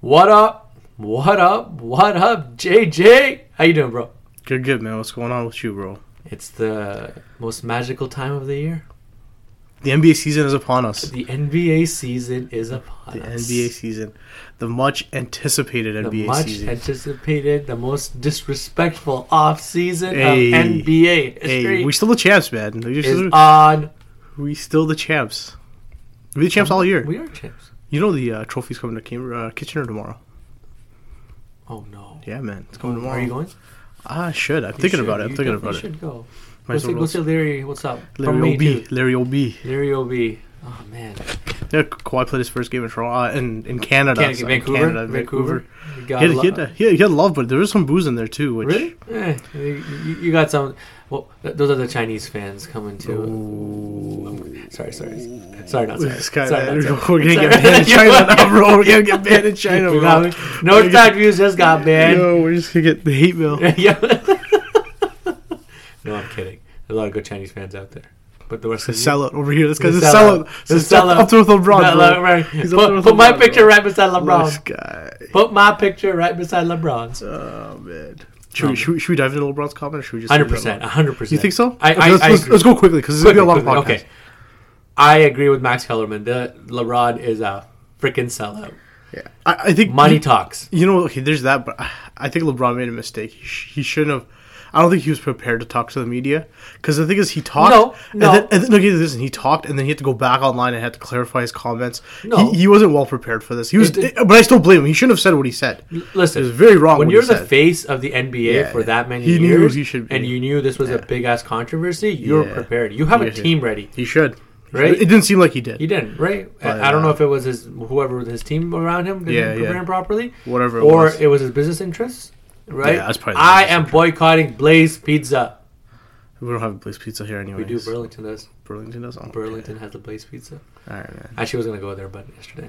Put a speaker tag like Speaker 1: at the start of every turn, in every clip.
Speaker 1: What up? What up? What up, JJ? How you doing, bro?
Speaker 2: Good, good, man. What's going on with you, bro?
Speaker 1: It's the most magical time of the year.
Speaker 2: The NBA season is upon us.
Speaker 1: The NBA season is upon
Speaker 2: The
Speaker 1: us.
Speaker 2: NBA season, the much anticipated
Speaker 1: the
Speaker 2: NBA
Speaker 1: much
Speaker 2: season.
Speaker 1: anticipated, the most disrespectful off season
Speaker 2: Hey.
Speaker 1: of NBA history
Speaker 2: hey, we still the champs, man. We
Speaker 1: is
Speaker 2: still,
Speaker 1: on.
Speaker 2: we still the champs. We the champs all year.
Speaker 1: We are champs.
Speaker 2: you know the uh, trophy's coming to Cam- uh, Kitchener tomorrow.
Speaker 1: Oh no!
Speaker 2: Yeah, man, it's coming tomorrow.
Speaker 1: Oh, Are you going?
Speaker 2: I should. I'm thinking about it. I'm thinking about it.
Speaker 1: Should go.
Speaker 2: Might
Speaker 1: Go
Speaker 2: as
Speaker 1: see,
Speaker 2: well
Speaker 1: go see Larry. What's up? From
Speaker 2: Larry
Speaker 1: me,
Speaker 2: O'B.
Speaker 1: too.
Speaker 2: Larry O'B.
Speaker 1: Larry Ob. Oh man.
Speaker 2: Yeah, Kawhi played his first game in Toronto, uh, in, in Canada.
Speaker 1: Canada,
Speaker 2: so-
Speaker 1: Vancouver,
Speaker 2: Canada,
Speaker 1: Vancouver.
Speaker 2: Vancouver.
Speaker 1: You
Speaker 2: He
Speaker 1: got
Speaker 2: had, uh,
Speaker 1: lo-
Speaker 2: he, had, he had- he had love, but there was some booze in there too. Which,
Speaker 1: Really? Eh, you, you- you got some. Well, th- those are the Chinese fans coming too. Sorry, sorry, sorry, not sorry.
Speaker 2: This guy,
Speaker 1: sorry, not sorry.
Speaker 2: we're
Speaker 1: Sorry.
Speaker 2: gonna get banned in China now, bro. We're gonna get banned in China,
Speaker 1: You
Speaker 2: bro.
Speaker 1: got me? North Side Views just got banned.
Speaker 2: Yo, we're just gonna get the hate mail.
Speaker 1: Yeah. no, I'm kidding. There's a lot of good Chinese fans out there, but the rest
Speaker 2: The
Speaker 1: of you.
Speaker 2: sellout over here. This guy's a
Speaker 1: He's
Speaker 2: sellout.
Speaker 1: He's
Speaker 2: This
Speaker 1: a
Speaker 2: guy's
Speaker 1: sellout.
Speaker 2: up to with
Speaker 1: Not
Speaker 2: LeBron, bro.
Speaker 1: LeBron.
Speaker 2: He's up there
Speaker 1: Put,
Speaker 2: with
Speaker 1: put my
Speaker 2: LeBron,
Speaker 1: picture right beside
Speaker 2: This
Speaker 1: LeBron.
Speaker 2: guy.
Speaker 1: Put my picture right beside LeBron's.
Speaker 2: Oh man. Should, we, should, we, should we dive into LeBron's comment, or should we just?
Speaker 1: Um, Hundred percent. Hundred percent.
Speaker 2: You think so?
Speaker 1: I,
Speaker 2: Okay,
Speaker 1: I,
Speaker 2: let's,
Speaker 1: I
Speaker 2: let's,
Speaker 1: agree.
Speaker 2: let's go quickly because this is gonna be a long
Speaker 1: Quickly,
Speaker 2: podcast.
Speaker 1: quickly. Okay. I agree with Max Kellerman. The LeBron is a freaking sellout.
Speaker 2: Yeah. I, I think
Speaker 1: Money talks.
Speaker 2: You know, okay, there's that, but I- I think LeBron made a mistake. He, sh- he shouldn't have. I don't think he was prepared to talk to the media because the thing is, he talked.
Speaker 1: No, no.
Speaker 2: And then, and then, okay, listen, he talked, and then he had to go back online and had to clarify his comments.
Speaker 1: No.
Speaker 2: he, he wasn't well prepared for this. He was,
Speaker 1: It-
Speaker 2: but I still blame him. He shouldn't have said what he said.
Speaker 1: Listen,
Speaker 2: It was very wrong
Speaker 1: When
Speaker 2: what
Speaker 1: you're
Speaker 2: he
Speaker 1: the
Speaker 2: said.
Speaker 1: face of the NBA
Speaker 2: Yeah,
Speaker 1: for that many
Speaker 2: he knew
Speaker 1: years,
Speaker 2: he should be.
Speaker 1: and you knew this was a big ass controversy, you're
Speaker 2: Yeah.
Speaker 1: prepared. You have a
Speaker 2: Yeah, yeah.
Speaker 1: team ready.
Speaker 2: He should,
Speaker 1: Right?
Speaker 2: It didn't seem like he did.
Speaker 1: He didn't, right?
Speaker 2: But,
Speaker 1: I I don't know
Speaker 2: uh,
Speaker 1: if it was his whoever was his team around him didn't
Speaker 2: Yeah,
Speaker 1: prepare
Speaker 2: yeah.
Speaker 1: him properly,
Speaker 2: Whatever it
Speaker 1: or
Speaker 2: was.
Speaker 1: it was his business interests, right?
Speaker 2: Yeah, that's probably the
Speaker 1: I
Speaker 2: business
Speaker 1: am boycotting Blaze Pizza.
Speaker 2: we don't have a Blaze Pizza here anyway.
Speaker 1: We do. Burlington does.
Speaker 2: Burlington does. Oh,
Speaker 1: Burlington has the Blaze Pizza.
Speaker 2: okay. All right, man.
Speaker 1: Actually, I was gonna go there, but yesterday,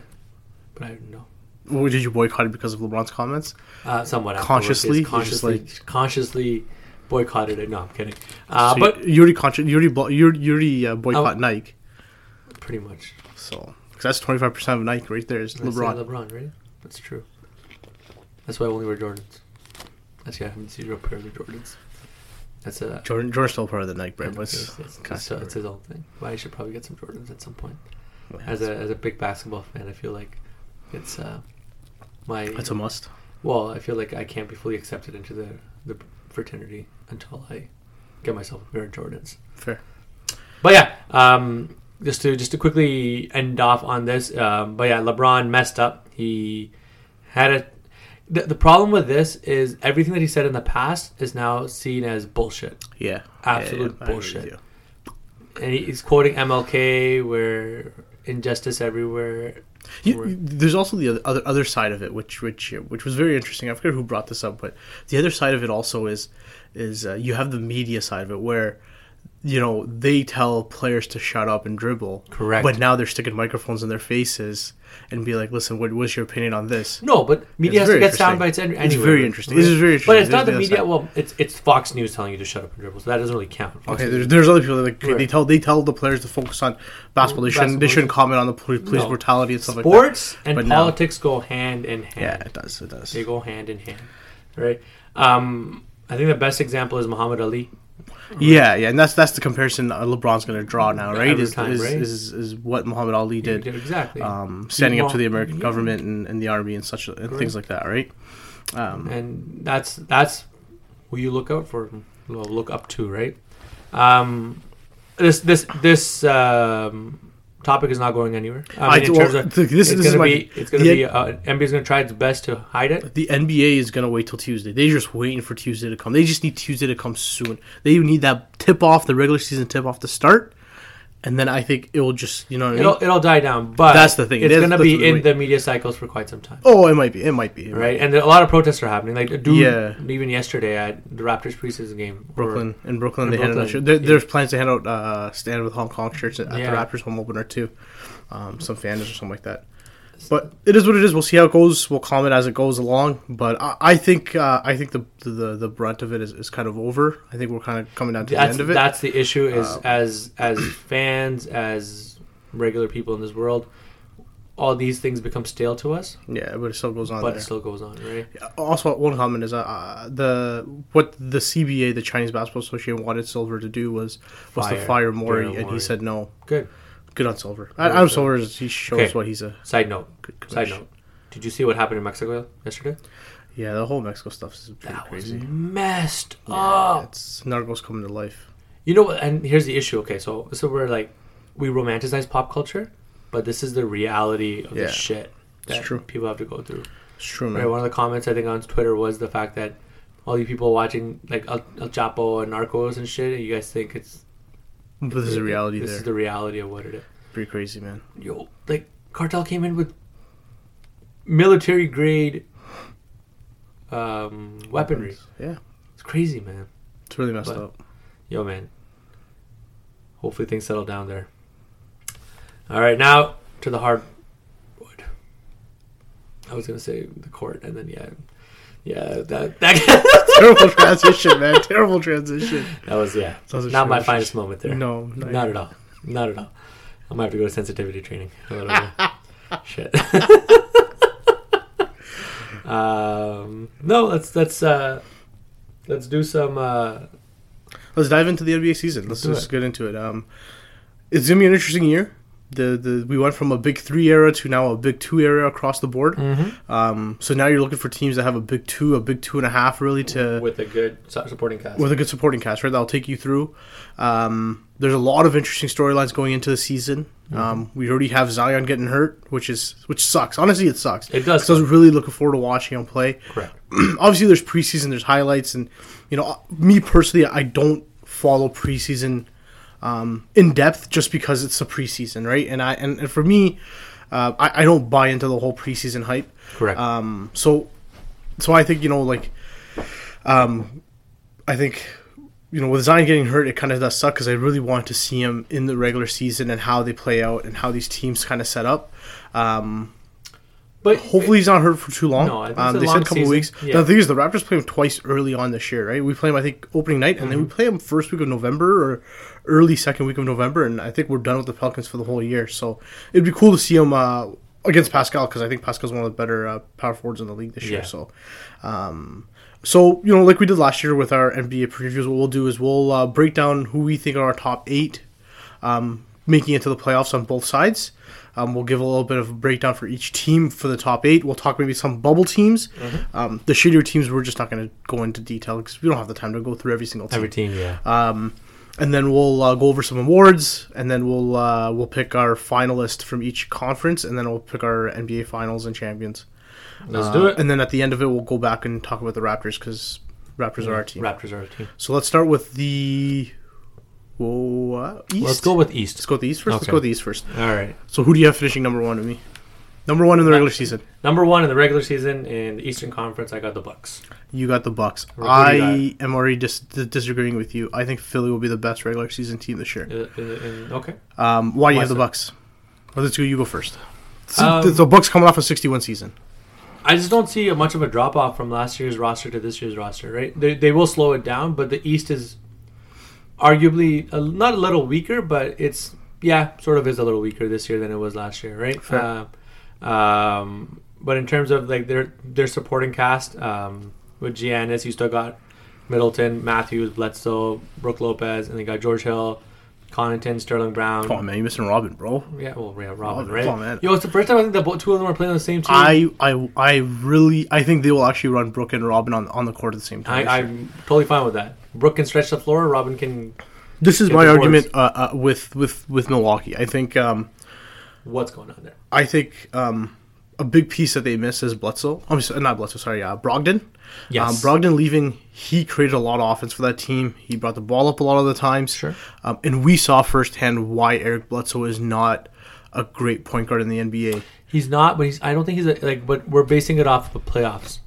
Speaker 1: but I didn't know.
Speaker 2: Well, did you boycott it because of LeBron's comments?
Speaker 1: Uh, somewhat afterwards.
Speaker 2: Consciously?
Speaker 1: It's consciously,
Speaker 2: You're just
Speaker 1: consciously boycotted it. No, I'm kidding. Uh,
Speaker 2: So you-
Speaker 1: but Oh.
Speaker 2: you, already conscious. You already blo- you already- you already uh, boycott Nike.
Speaker 1: pretty much,
Speaker 2: So 'cause that's twenty five percent of Nike right there is
Speaker 1: That's
Speaker 2: LeBron.
Speaker 1: not LeBron, right? That's true. That's why I only wear Jordans. Actually, I haven't seen a pair of the Jordans. That's a
Speaker 2: Jordan Jordan's still part of the Nike brand, but
Speaker 1: it's,
Speaker 2: it's,
Speaker 1: it's, it's,
Speaker 2: kinda
Speaker 1: it's
Speaker 2: separate.
Speaker 1: his own thing. Well, I should probably get some Jordans at some point.
Speaker 2: Yeah,
Speaker 1: As
Speaker 2: it's-
Speaker 1: a as a big basketball fan, I feel like it's uh, my
Speaker 2: it's a must.
Speaker 1: Well, I feel like I can't be fully accepted into the, the fraternity until I get myself a pair of Jordans.
Speaker 2: Fair.
Speaker 1: But yeah, um, just to just to quickly end off on this, um, but yeah, LeBron messed up. He had a the, the problem with this is everything that he said in the past is now seen as bullshit,
Speaker 2: Yeah.
Speaker 1: Absolute
Speaker 2: I agree
Speaker 1: bullshit.
Speaker 2: with you.
Speaker 1: and he- he's quoting MLK where injustice everywhere.
Speaker 2: You-
Speaker 1: Right.
Speaker 2: there's also the other, other other side of it, which which which was very interesting. I forget who brought this up, but the other side of it also is is uh, you have the media side of it where you know they tell players to shut up and dribble,
Speaker 1: Correct.
Speaker 2: But now they're sticking microphones in their faces and be like, "Listen, what was your opinion on this?"
Speaker 1: No, but media
Speaker 2: It's
Speaker 1: has to
Speaker 2: very
Speaker 1: get sound bites
Speaker 2: interesting.
Speaker 1: any- anyway.
Speaker 2: It's very interesting. This is very
Speaker 1: But it's
Speaker 2: interesting.
Speaker 1: not the
Speaker 2: There's the
Speaker 1: media.
Speaker 2: other side.
Speaker 1: Well, it's it's Fox News telling you to shut up and dribble, so that doesn't really count. Fox
Speaker 2: Okay,
Speaker 1: News
Speaker 2: there's, there's other people that like, okay, they
Speaker 1: Right.
Speaker 2: tell they tell the players to focus on basketball. They shouldn't they
Speaker 1: Basketball.
Speaker 2: shouldn't comment on the poli- police
Speaker 1: No.
Speaker 2: brutality and stuff like that.
Speaker 1: sports and
Speaker 2: But now-
Speaker 1: politics go hand in hand.
Speaker 2: Yeah, it does. It does.
Speaker 1: They go hand in hand, right? Um, I think the best example is Muhammad Ali.
Speaker 2: Yeah, yeah, and that's that's the comparison uh, LeBron's going to draw now, right?
Speaker 1: Every
Speaker 2: is,
Speaker 1: time,
Speaker 2: is,
Speaker 1: right?
Speaker 2: Is, is what Muhammad Ali did,
Speaker 1: exactly,
Speaker 2: um, standing up to the American
Speaker 1: Yeah.
Speaker 2: government and, and the army and such and things like that, right? Um,
Speaker 1: and that's that's who you look out for, well, look up to, right? Um, this this this um, topic is not going anywhere. I
Speaker 2: I-
Speaker 1: mean, in
Speaker 2: well,
Speaker 1: terms of
Speaker 2: th- this-
Speaker 1: it's
Speaker 2: this is
Speaker 1: gonna
Speaker 2: my-
Speaker 1: be it's gonna
Speaker 2: the-
Speaker 1: be uh, NBA's gonna try its best to hide it.
Speaker 2: the NBA is going to wait till Tuesday. They're just waiting for Tuesday to come. They just need Tuesday to come soon. They need that tip off, the regular season tip off to start, and then I think it will just you know what I
Speaker 1: It'll
Speaker 2: mean?
Speaker 1: it'll die down, but
Speaker 2: That's the thing.
Speaker 1: It's
Speaker 2: That's-
Speaker 1: gonna
Speaker 2: that's
Speaker 1: be
Speaker 2: what we
Speaker 1: in
Speaker 2: wait.
Speaker 1: the media cycles for quite some time.
Speaker 2: Oh, it might be. It might be. It might
Speaker 1: right? And a lot of protests are happening. Like, dude,
Speaker 2: Yeah.
Speaker 1: even yesterday at the Raptors preseason game, or-
Speaker 2: Brooklyn in Brooklyn
Speaker 1: In
Speaker 2: they handed out
Speaker 1: Brooklyn,
Speaker 2: shirts. There,
Speaker 1: yeah.
Speaker 2: There's plans to hand out uh, stand with Hong Kong shirts at
Speaker 1: Yeah.
Speaker 2: the Raptors home opener too, um, some fans or something like that. But it is what it is. We'll see how it goes. We'll comment as it goes along. But I, I think uh, I think the, the the brunt of it is, is kind of over. I think we're kind of coming down to
Speaker 1: that's
Speaker 2: the end of it. Um.
Speaker 1: that's the issue. Is as as fans, as regular people in this world, all these things become stale to us,
Speaker 2: Oh, Yeah, but it still goes on.
Speaker 1: but
Speaker 2: there.
Speaker 1: it still goes on, right?
Speaker 2: Also, one comment is uh, the what the CBA, the Chinese Basketball Association, wanted Silver to do was was to
Speaker 1: Fire
Speaker 2: fire Mori,
Speaker 1: Daryl
Speaker 2: and he
Speaker 1: Morey.
Speaker 2: said no.
Speaker 1: Good.
Speaker 2: Good on Silver.
Speaker 1: Good on
Speaker 2: Adam Silver, is, he shows
Speaker 1: Okay.
Speaker 2: what he's a
Speaker 1: Side note.
Speaker 2: good coach.
Speaker 1: Side note. Did you see what happened in Mexico yesterday?
Speaker 2: Yeah, the whole Mexico stuff is pretty
Speaker 1: That was
Speaker 2: crazy.
Speaker 1: messed
Speaker 2: Yeah,
Speaker 1: up.
Speaker 2: it's Narcos coming to life.
Speaker 1: You know what? And here's the issue. Okay, so so we're like, we romanticize pop culture, but this is the reality of
Speaker 2: Yeah.
Speaker 1: the shit
Speaker 2: It's
Speaker 1: that
Speaker 2: true.
Speaker 1: people have to go through.
Speaker 2: It's true, man.
Speaker 1: Right. One of the comments I think on Twitter was the fact that all you people watching like El, El Chapo and Narcos and shit, you guys think it's
Speaker 2: but this is the reality
Speaker 1: This
Speaker 2: there.
Speaker 1: is the reality of what it is.
Speaker 2: pretty crazy, man.
Speaker 1: Yo, like cartel came in with military grade um, weaponry.
Speaker 2: Yeah,
Speaker 1: It's crazy, man.
Speaker 2: it's really messed
Speaker 1: But-
Speaker 2: up.
Speaker 1: Yo, man. Hopefully things settle down there. All right, now to the hardwood. I was gonna say the court, and then yeah, yeah, that that,
Speaker 2: Terrible transition, man. Terrible transition.
Speaker 1: that was yeah,
Speaker 2: That was a
Speaker 1: not my
Speaker 2: strange-
Speaker 1: finest moment there.
Speaker 2: No,
Speaker 1: not,
Speaker 2: not
Speaker 1: at all, not at all. I might have to go to sensitivity training. A little bit. Shit. um, no, let's let's uh, let's do some. Uh,
Speaker 2: Let's dive into the NBA season. Let's
Speaker 1: do
Speaker 2: just get into it. Um, it's gonna be an interesting year. The the we went from a big three era to now a big two era across the board.
Speaker 1: Mm.
Speaker 2: Um, so now you're looking for teams that have a big two, a big two and a half, really to
Speaker 1: with a good su- supporting cast.
Speaker 2: with a good supporting cast, right? That'll take you through. Um, there's a lot of interesting storylines going into the season.
Speaker 1: Mm-hmm.
Speaker 2: Um, we already have Zion getting hurt, which is which sucks. Honestly, it sucks.
Speaker 1: It does
Speaker 2: So I was really looking forward to watching him play.
Speaker 1: Correct.
Speaker 2: Obviously, there's preseason, there's highlights, and you know, me personally, I don't follow preseason um, in depth just because it's a preseason, right? And I and, and for me, uh, I, I don't buy into the whole preseason hype.
Speaker 1: Correct.
Speaker 2: Um, so, so I think you know, like, um, I think you know, with Zion getting hurt, it kind of does suck because I really want to see him in the regular season and how they play out and how these teams kind of set up. Um,
Speaker 1: but
Speaker 2: hopefully, he's not hurt for too long.
Speaker 1: No, I think it's
Speaker 2: um,
Speaker 1: a
Speaker 2: they
Speaker 1: long
Speaker 2: said a couple
Speaker 1: season.
Speaker 2: weeks.
Speaker 1: Yeah.
Speaker 2: The thing is, the Raptors play him twice early on this year, right? We play him, I think, opening night, and then
Speaker 1: Mm-hmm.
Speaker 2: we play him first week of November or early second week of November, and I think we're done with the Pelicans for the whole year. So it'd be cool to see him. Uh, Against Pascal because I think Pascal's one of the better uh, power forwards in the league this year.
Speaker 1: Yeah.
Speaker 2: So, um, so you know, like we did last year with our NBA previews, what we'll do is we'll uh, break down who we think are our top eight um, making it to the playoffs on both sides. Um, we'll give a little bit of a breakdown for each team for the top eight. We'll talk maybe some bubble teams.
Speaker 1: Mm-hmm.
Speaker 2: Um, the shittier teams, we're just not going to go into detail because we don't have the time to go through every single team.
Speaker 1: every team, yeah.
Speaker 2: Um, and then we'll uh, go over some awards, and then we'll uh, we'll pick our finalist from each conference, and then we'll pick our NBA finals and champions.
Speaker 1: Let's
Speaker 2: Uh,
Speaker 1: do it.
Speaker 2: And then at the end of it, we'll go back and talk about the Raptors because Raptors are our team.
Speaker 1: Raptors are our team.
Speaker 2: So let's start with the whoa, uh, East.
Speaker 1: Let's go with
Speaker 2: Let's
Speaker 1: East.
Speaker 2: go with the East first. Let's
Speaker 1: Okay.
Speaker 2: go with the East first.
Speaker 1: All right.
Speaker 2: So who do you have finishing number one to me? Number one in the regular season.
Speaker 1: Number one in the regular season in the Eastern Conference, I got the Bucks.
Speaker 2: You got the Bucks.
Speaker 1: Who do you
Speaker 2: I am already dis- d- disagreeing with you. I think Philly will be the best regular season team this year.
Speaker 1: In the- in the- in- Uh, okay.
Speaker 2: Um, why do you
Speaker 1: Why
Speaker 2: have
Speaker 1: is
Speaker 2: the
Speaker 1: that?
Speaker 2: Bucks? Well, let's go. You go first.
Speaker 1: Um,
Speaker 2: the, the Bucks coming off a 61 season.
Speaker 1: I just don't see a much of a drop off from last year's roster to this year's roster, right? They, they will slow it down, but the East is arguably a, not a little weaker, but it's yeah, sort of is a little weaker this year than it was last year, right?
Speaker 2: Fair.
Speaker 1: Uh, um, but in terms of like their their supporting cast um, with Giannis, you still got Middleton, Matthews, Bledsoe, Brooke Lopez, and they got George Hill, Connaughton, Sterling Brown.
Speaker 2: Come on, man. You're missing Robin, bro.
Speaker 1: Yeah, well, yeah,
Speaker 2: Robin,
Speaker 1: Robin, right?
Speaker 2: come on, man.
Speaker 1: Yo, it's the first time I think the bo- two of them are playing on the same team.
Speaker 2: I, I, I really, I think they will actually run Brook and Robin on, on the court at the same time.
Speaker 1: I, I'm totally fine with that. Brooke can stretch the floor. Robin can.
Speaker 2: this is
Speaker 1: get
Speaker 2: my
Speaker 1: the
Speaker 2: argument uh, uh, with, with, with Milwaukee. I think, um,
Speaker 1: What's going on there?
Speaker 2: I think um, a big piece that they miss is Bledsoe. I'm sorry, not Bledsoe. Sorry, uh, Brogdon.
Speaker 1: Yes.
Speaker 2: Um, Brogdon leaving, he created a lot of offense for that team. He brought the ball up a lot of the times.
Speaker 1: Sure.
Speaker 2: Um, and we saw firsthand why Eric Bledsoe is not a great point guard in the NBA.
Speaker 1: He's not, but he's. I don't think he's a, like. But we're basing it off of the playoffs.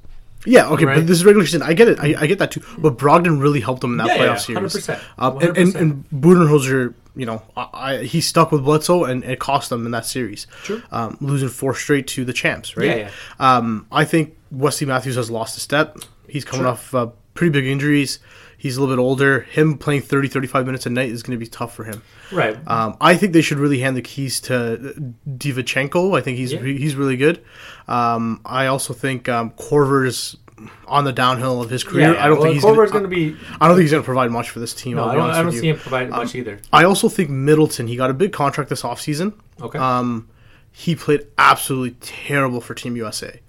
Speaker 2: Yeah, okay,
Speaker 1: Right.
Speaker 2: but this is regular season. I get it. I, I get that too. But Brogdon really helped them in
Speaker 1: Yeah,
Speaker 2: that playoff
Speaker 1: yeah,
Speaker 2: series.
Speaker 1: 100%,
Speaker 2: Um, and and,
Speaker 1: 100%.
Speaker 2: and Budenholzer, you know, I, I, he stuck with Bledsoe and it cost them in that series.
Speaker 1: Sure.
Speaker 2: Um, losing four straight to the champs, right?
Speaker 1: Yeah, yeah.
Speaker 2: Um, I think Wesley Matthews has lost a step. He's coming
Speaker 1: Sure.
Speaker 2: off a pretty big injuries. He's a little bit older. Him playing 30, 35 minutes a night is going to be tough for him.
Speaker 1: Right.
Speaker 2: Um, I think they should really hand the keys to Divachenko. I think he's
Speaker 1: Yeah.
Speaker 2: he's really good. Um, I also think um, Corver's on the downhill of his career. I don't
Speaker 1: well,
Speaker 2: think he's
Speaker 1: Corver's
Speaker 2: gonna,
Speaker 1: going to be.
Speaker 2: I don't think he's going to provide much for this team.
Speaker 1: No,
Speaker 2: I'll
Speaker 1: I
Speaker 2: be
Speaker 1: don't,
Speaker 2: honest
Speaker 1: I don't
Speaker 2: with you. Um,
Speaker 1: see him providing much either.
Speaker 2: I also think Middleton. He got a big contract this offseason.
Speaker 1: Okay.
Speaker 2: Um, he played absolutely terrible for Team USA.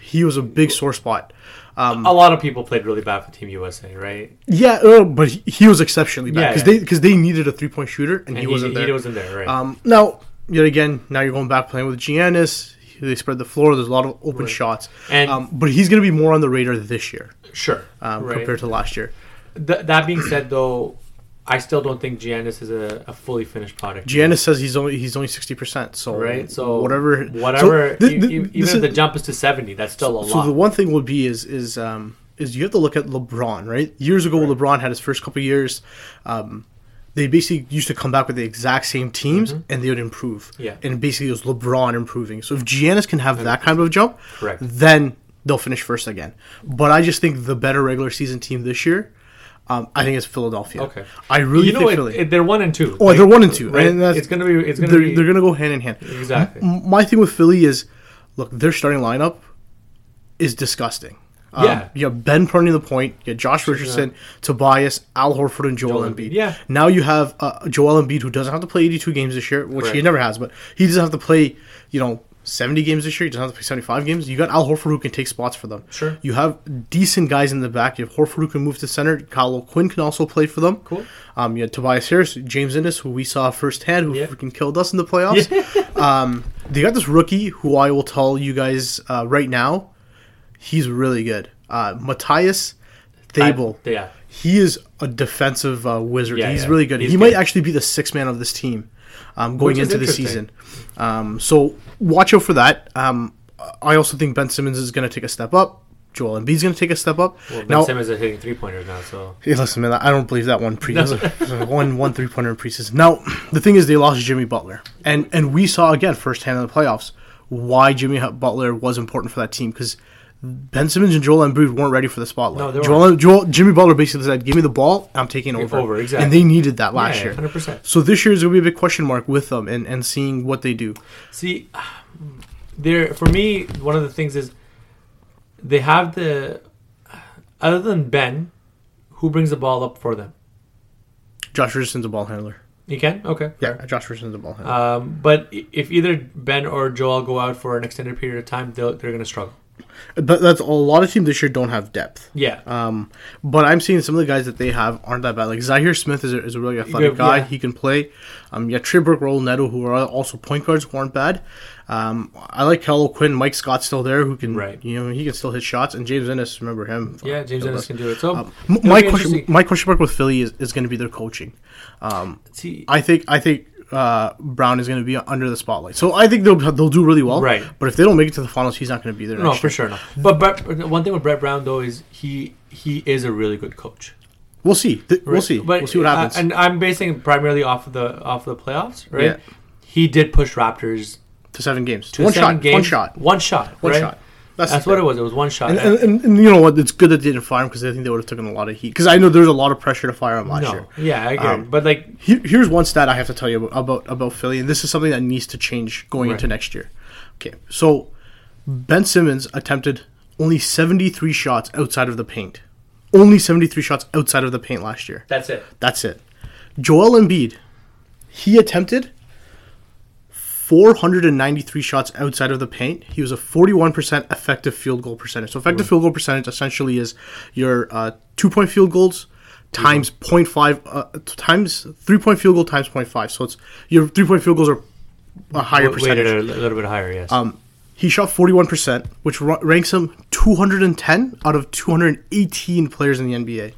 Speaker 2: He was a big sore spot. Um,
Speaker 1: a lot of people played really bad for Team USA, right?
Speaker 2: yeah, uh, but he- he was exceptionally bad
Speaker 1: Yeah,
Speaker 2: because
Speaker 1: yeah.
Speaker 2: they because they needed a three point shooter and, he, wasn't there.
Speaker 1: He wasn't there, right?
Speaker 2: Um, now, yet again, now you're going back playing with Giannis. They spread the floor. There's a lot of open shots,
Speaker 1: And-
Speaker 2: um, but he's going to be more on the radar this year
Speaker 1: sure.
Speaker 2: um,
Speaker 1: right.
Speaker 2: compared to last year.
Speaker 1: Th- that being said, though, I still don't think Giannis is a, a fully finished product.
Speaker 2: Giannis says he's only he's only sixty percent. So
Speaker 1: right? So
Speaker 2: whatever
Speaker 1: whatever.
Speaker 2: So, thi-
Speaker 1: e-
Speaker 2: thi-
Speaker 1: e- even
Speaker 2: this
Speaker 1: if
Speaker 2: is-
Speaker 1: the jump is to seventy, that's still a
Speaker 2: so
Speaker 1: lot.
Speaker 2: the one thing would be is is um, is you have to look at LeBron. Right, years ago, LeBron had his first couple years. Um, they basically used to come back with the exact same teams and they would improve.
Speaker 1: Mm-hmm. Yeah.
Speaker 2: And basically it was LeBron improving. So if Giannis can have that kind of jump,
Speaker 1: Correct.
Speaker 2: then they'll finish first again. But I just think the better regular season team this year, um, I think it's Philadelphia.
Speaker 1: Okay.
Speaker 2: I really
Speaker 1: you know,
Speaker 2: think
Speaker 1: it,
Speaker 2: Philly.
Speaker 1: it- they're one and two.
Speaker 2: oh,
Speaker 1: Like,
Speaker 2: they're one and two.
Speaker 1: right?
Speaker 2: And that's,
Speaker 1: it's gonna be. It's gonna
Speaker 2: they're,
Speaker 1: be.
Speaker 2: they're gonna go hand in hand.
Speaker 1: Exactly.
Speaker 2: M- my thing with Philly is, look, their starting lineup is disgusting. Um,
Speaker 1: Yeah.
Speaker 2: You have Ben Perney the point. You have Josh Richardson, Tobias, Al Horford, and Joel,
Speaker 1: Joel
Speaker 2: Embiid.
Speaker 1: Embiid, yeah.
Speaker 2: Now you have uh, Joel Embiid who doesn't have to play 82 games this year, which he
Speaker 1: Correct.
Speaker 2: never has, but he doesn't have to play, you know, 70 games this year. He doesn't have to play 75 games. You got Al Horford who can take spots for them.
Speaker 1: Sure.
Speaker 2: You have decent guys in the back. You have Horford who can move to center. Kyle Quinn can also play for them.
Speaker 1: Cool.
Speaker 2: Um, you had Tobias Harris, James Innes, who we saw firsthand, who
Speaker 1: Yeah.
Speaker 2: freaking killed us in the playoffs. um, they got this rookie who I will tell you guys uh, right now, he's really good. Uh, Matthias
Speaker 1: I-
Speaker 2: Thabel.
Speaker 1: yeah.
Speaker 2: He is a defensive uh, wizard.
Speaker 1: Yeah,
Speaker 2: he's
Speaker 1: yeah.
Speaker 2: really good.
Speaker 1: He's
Speaker 2: he might
Speaker 1: good.
Speaker 2: actually be the sixth man of this team um, going
Speaker 1: Which is
Speaker 2: into the
Speaker 1: interesting.
Speaker 2: season. Um, so watch out for that. Um, I also think Ben Simmons is going to take a step up. Joel Embiid's going to take a step up.
Speaker 1: Well, Ben
Speaker 2: now,
Speaker 1: Simmons is hitting three pointers now, so
Speaker 2: Hey, listen, man, I don't believe that one pre one one three pointer in preseason. Now, the thing is, they lost Jimmy Butler, and and we saw again firsthand in the playoffs why Jimmy H- Butler was important for that team because Ben Simmons and Joel Embiid weren't ready for the spotlight.
Speaker 1: No, they
Speaker 2: Joel, Joel, Jimmy Butler basically said, "Give me the ball, I'm taking over."
Speaker 1: over, exactly.
Speaker 2: And they needed that last
Speaker 1: yeah,
Speaker 2: year.
Speaker 1: hundred percent.
Speaker 2: So this year is going to be a big question mark with them, and and seeing what they do.
Speaker 1: See, there for me, one of the things is they have the other than Ben, who brings the ball up for them.
Speaker 2: Josh Richardson's a ball handler.
Speaker 1: You can okay.
Speaker 2: Yeah, Josh Richardson's a ball handler.
Speaker 1: Um, but i- if either Ben or Joel go out for an extended period of time, they'll, they're going to struggle.
Speaker 2: But that's a lot of teams this year don't have depth.
Speaker 1: Yeah.
Speaker 2: Um, but I'm seeing some of the guys that they have aren't that bad. Like Zaire Smith is a, is a really athletic
Speaker 1: Yeah,
Speaker 2: guy.
Speaker 1: yeah.
Speaker 2: He can play. Um, yeah, Tribrick, Roll, Neto, who are also point guards, who aren't bad. Um, I like Kello Quinn. Mike Scott's still there, who can
Speaker 1: Right.
Speaker 2: you know he can still hit shots. And James Ennis, remember him?
Speaker 1: yeah, James Ennis can do it. So
Speaker 2: Um, m-
Speaker 1: it'll
Speaker 2: my
Speaker 1: be
Speaker 2: question,
Speaker 1: interesting.
Speaker 2: my question mark with Philly is, is going to be their coaching. Um,
Speaker 1: See,
Speaker 2: I think I think uh, Brown is going to be under the spotlight, so I think they'll they'll do really well.
Speaker 1: Right.
Speaker 2: But if they don't make it to the finals, he's not going to be there.
Speaker 1: no,
Speaker 2: next
Speaker 1: for
Speaker 2: year.
Speaker 1: sure not. But Brett, one thing with Brett Brown though is he he is a really good coach.
Speaker 2: We'll see. Th- We'll
Speaker 1: Right.
Speaker 2: see.
Speaker 1: But,
Speaker 2: we'll see what
Speaker 1: uh,
Speaker 2: happens.
Speaker 1: and I'm basing it primarily off of the off the playoffs, right?
Speaker 2: Yeah.
Speaker 1: He did push Raptors
Speaker 2: to seven games.
Speaker 1: to
Speaker 2: one
Speaker 1: seven
Speaker 2: shot.
Speaker 1: games.
Speaker 2: One shot.
Speaker 1: One shot.
Speaker 2: One
Speaker 1: right?
Speaker 2: shot.
Speaker 1: That's,
Speaker 2: the
Speaker 1: what
Speaker 2: thing.
Speaker 1: it was. It was one shot.
Speaker 2: And, and, and you know what? It's good that they didn't fire him because I think they would have taken a lot of heat. Because I know there's a lot of pressure to fire him last
Speaker 1: no.
Speaker 2: year.
Speaker 1: Yeah, I agree.
Speaker 2: Um,
Speaker 1: but like
Speaker 2: Here, here's one stat I have to tell you about, about about Philly, and this is something that needs to change going
Speaker 1: Right.
Speaker 2: into next year. Okay, so Ben Simmons attempted only 73 shots outside of the paint. Only 73 shots outside of the paint last year.
Speaker 1: that's it.
Speaker 2: That's it. Joel Embiid, he attempted 493 shots outside of the paint. He was a 41% effective field goal percentage. So effective field goal percentage essentially is your uh, two point field goals times 0.5 uh, times three point field goal times 0.5. So it's your three point field goals are a higher
Speaker 1: W- Weighted
Speaker 2: percentage.
Speaker 1: a little bit higher, yes.
Speaker 2: Um, he shot 41%, which ra- ranks him 210 out of 218 players in the NBA.